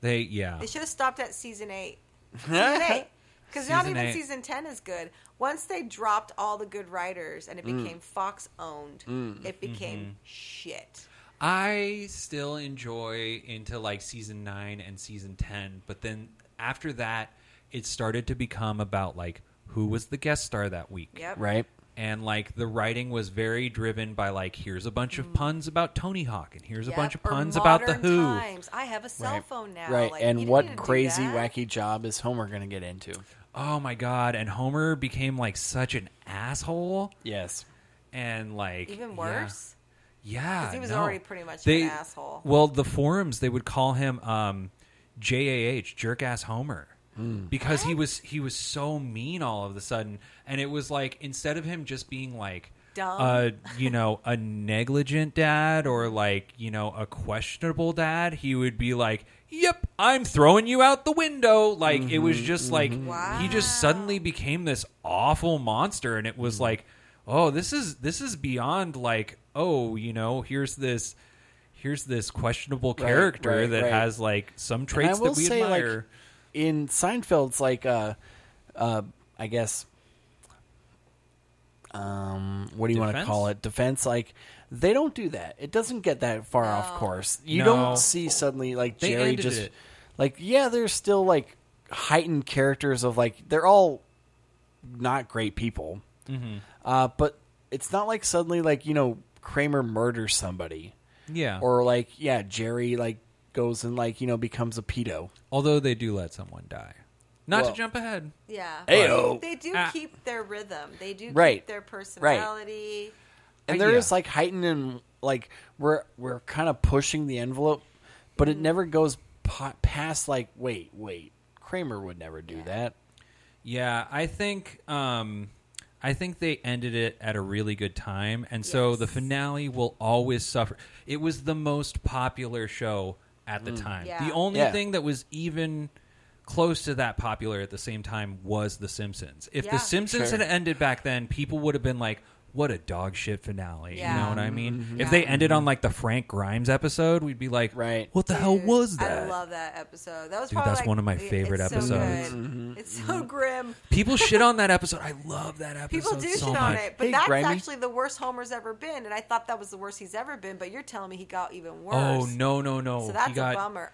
B: they yeah
F: They should have stopped at season eight. Season eight. Because not
B: Season
F: even
B: eight.
F: season 10 is good. Once they dropped all the good writers and it
B: Mm.
F: became Fox owned, it
B: Mm-hmm.
F: became shit.
B: I still enjoy into like season nine and season ten, but then after that, it started to become about like who was the guest star that week,
F: Yep.
A: Right.
B: and like the writing was very driven by like here's a bunch of puns about Tony Hawk, and here's
F: Mm. Yep.
B: a bunch of
F: Or
B: puns about the
F: modern
B: Who.
F: Times. I have a cell
A: Right.
F: phone now.
A: Right.
F: Like, you
A: and
F: didn't need
A: what
F: to do
A: crazy
F: that.
A: wacky job is Homer going to get into?
B: Oh my god! And Homer became like such an asshole,
A: Yes.
B: and like
F: Even
B: yeah.
F: worse.
B: Yeah,
F: 'Cause he was
B: no.
F: already pretty much an asshole.
B: Well, the forums they would call him um, JAH, jerk ass Homer, because he was he was so mean all of a sudden, and it was like instead of him just being like.
F: Dumb.
B: Uh, you know, a negligent dad or like, you know, a questionable dad, he would be like, Yep, I'm throwing you out the window. Like, it
A: Mm-hmm,
B: was just like, he just suddenly became this awful monster. And it was
A: Mm-hmm.
B: like, oh, this is, this is beyond like, oh, you know, here's this, here's this questionable character
A: right,
B: that
A: right.
B: has like some
A: And I
B: traits
A: will
B: that we
A: say,
B: admire.
A: like, in Seinfeld's, like, uh, uh, I guess, um, what do you want to
B: Defense?
A: call it? Defense. Like, they don't do that. It doesn't get that far off course. You
B: No.
A: don't see suddenly like
B: They
A: Jerry
B: ended
A: just
B: it.
A: like, yeah, there's still like heightened characters of like they're all not great people,
B: Mm-hmm.
A: uh, but it's not like suddenly like you know Kramer murders somebody
B: yeah.
A: or like yeah Jerry like goes and like you know becomes a pedo.
B: Although they do let someone die. Not
A: Well-
B: to jump ahead.
F: Yeah.
A: Ayo.
F: They do
B: Ah.
F: keep their rhythm, they do
A: Right.
F: keep their
A: Right.
F: personality.
A: and there is
B: Yeah.
A: like heightened and like we're we're kind of pushing the envelope, but it never goes po- past like wait wait Kramer would never do that.
B: Yeah, I think um, I think they ended it at a really good time, and so the finale will always suffer. It was the most popular show at the time.
F: Yeah.
B: The only
A: Mm. Yeah.
B: thing that was even close to that popular at the same time was The Simpsons. If
F: Yeah.
B: The Simpsons
A: Sure.
B: had ended back then, people would have been like. What a dog shit finale! You
F: Yeah.
B: know what I mean.
A: Mm-hmm.
B: If they ended on like the Frank Grimes episode, we'd be like,
A: Right.
B: What the hell
F: Dude,
B: was that? Mm-hmm.
F: I love that episode. That was
B: Dude,
F: probably
B: that's
F: like-
B: one of my favorite
F: it's so
B: episodes. Mm-hmm.
F: good. It's so grim.
B: People shit on that episode. I love that episode.
F: People do
B: so
F: shit
B: much.
F: on it, but
A: Hey,
F: that's
A: Grimey.
F: actually the worst Homer's ever been, and I thought that was the worst he's ever been. But you're telling me he got even worse.
B: Oh no no no!
F: So that's
B: he got,
F: a bummer.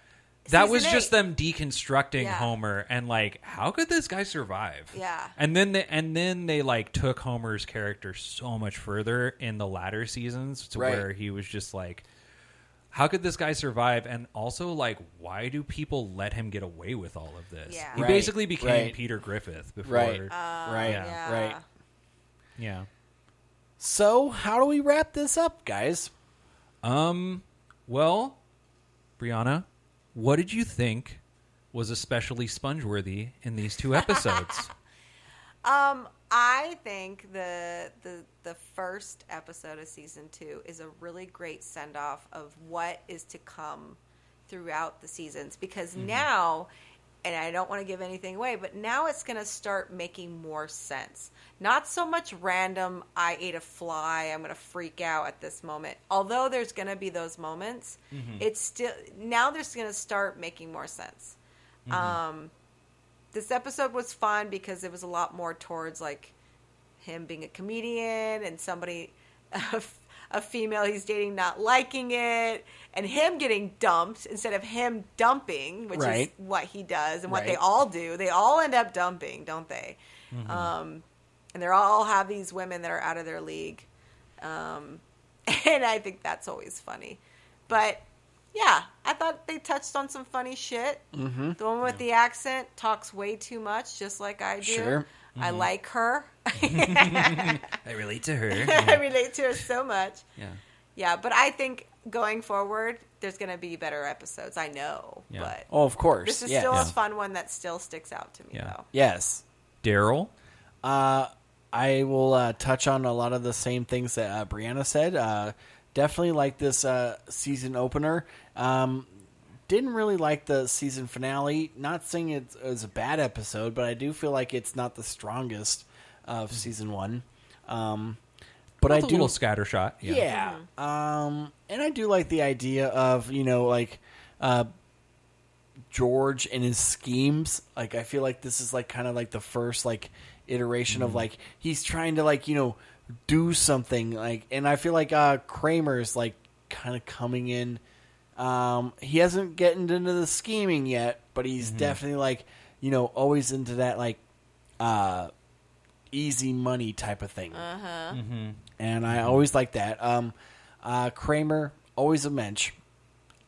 B: that
F: Season
B: was just
F: eight.
B: them deconstructing
F: Yeah.
B: Homer and like how could this guy survive?
F: Yeah.
B: And then they and then they like took Homer's character so much further in the latter seasons to
A: Right.
B: where he was just like how could this guy survive and also like why do people let him get away with all of this?
F: Yeah. Uh,
B: He
A: Right,
B: basicame became
A: right.
B: Peter Griffith before
A: Right. right.
B: Uh, yeah.
A: Right.
B: Yeah.
A: So, how do we wrap this up, guys?
B: Um, well, Brianna, what did you think was especially sponge-worthy in these two episodes?
F: Um, I think the the the first episode of season two is a really great send off of what is to come throughout the seasons because now, and I don't want to give anything away, but now it's going to start making more sense. Not so much random. I ate a fly. I'm going to freak out at this moment. Although there's going to be those moments, it's still now there's going to start making more sense
A: Mm-hmm.
F: Um, this episode was fun because it was a lot more towards like him being a comedian and somebody a, f- a female he's dating not liking it and him getting dumped instead of him dumping which is
A: Right.
F: what he does and what they
A: Right. Mm-hmm.
F: all do they all end up dumping don't they um, and they're all have these women that are out of their league um, and i think that's always funny but yeah, I thought they touched on some funny shit. Mm-hmm. The one with the accent talks way too much, just like I do.
A: Sure.
F: I like her.
B: I relate to her.
F: I relate to her so much.
B: yeah.
F: Yeah, but I think going forward, there's going to be better episodes. I know,
B: Yeah.
F: but
A: Oh, of course.
F: this is
A: yes.
F: still
B: Yeah.
F: a fun one that still sticks out to me,
B: Yeah.
F: though.
A: yes.
B: Daryl.
A: I will uh, touch on a lot of the same things that uh, Brianna said. Uh, definitely like this uh, season opener. Um, didn't really like the season finale. Not saying it was a bad episode, but I do feel like it's not the strongest of season one. Um, but I
B: That's a
A: do
B: little scattershot. Yeah.
A: yeah. Um, and I do like the idea of you know like uh, George and his schemes. Like I feel like this is like kind of like the first like iteration of like he's trying to like you know do something like, and I feel like uh, Kramer's like kind of coming in. Um, he hasn't gotten into the scheming yet, but he's definitely like you know always into that like uh easy money type of thing and I always like that. Um, uh, Kramer always a mensch.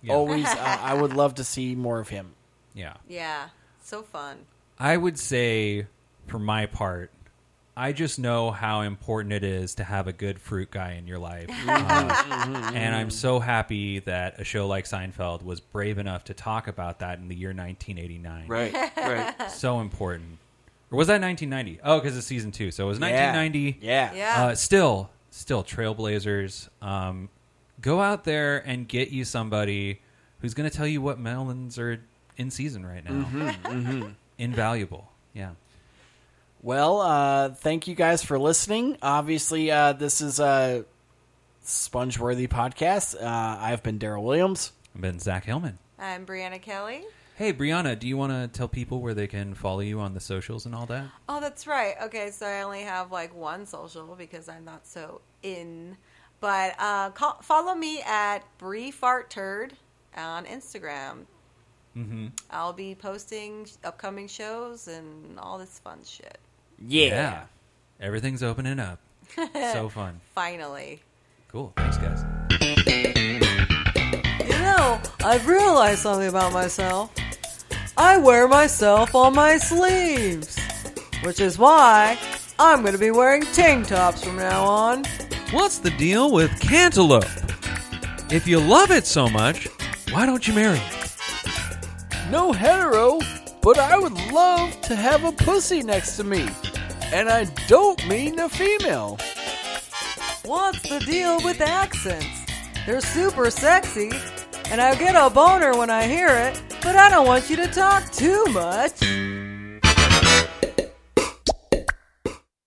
B: Yeah.
A: Always, uh, I would love to see more of him.
B: Yeah.
F: Yeah, so fun.
B: I would say, for my part, I just know how important it is to have a good fruit guy in your life. Uh, and I'm so happy that a show like Seinfeld was brave enough to talk about that in the year 1989.
E: Right, right.
B: So important. Or was that 1990? Oh, because it's season two. So it was 1990.
A: Yeah.
F: Yeah.
B: Uh, still, still trailblazers. Um, go out there and get you somebody who's going to tell you what melons are in season right now. Invaluable. Yeah.
A: Well, uh, thank you guys for listening. Obviously, uh, this is a Spongeworthy podcast. Uh, I've been Daryl Williams.
B: I've been Zach Hillman.
F: I'm Brianna Kelly.
B: Hey, Brianna, do you want to tell people where they can follow you on the socials and all that?
F: Oh, that's right. Okay, so I only have like one social because I'm not so in. But uh, call, follow me at Bree Fart Turd on Instagram. Mm-hmm. I'll be posting sh- upcoming shows and all this fun shit.
B: yeah. Everything's opening up. so fun.
F: Finally.
B: Cool. Thanks, guys.
F: You know, I've realized something about myself. I wear myself on my sleeves, which is why I'm going to be wearing tank tops from now on.
B: What's the deal with cantaloupe? If you love it so much, why don't you marry it?
A: No hetero, but I would love to have a pussy next to me. And I don't mean a female.
F: What's the deal with accents? They're super sexy, and I get a boner when I hear it, but I don't want you to talk too much.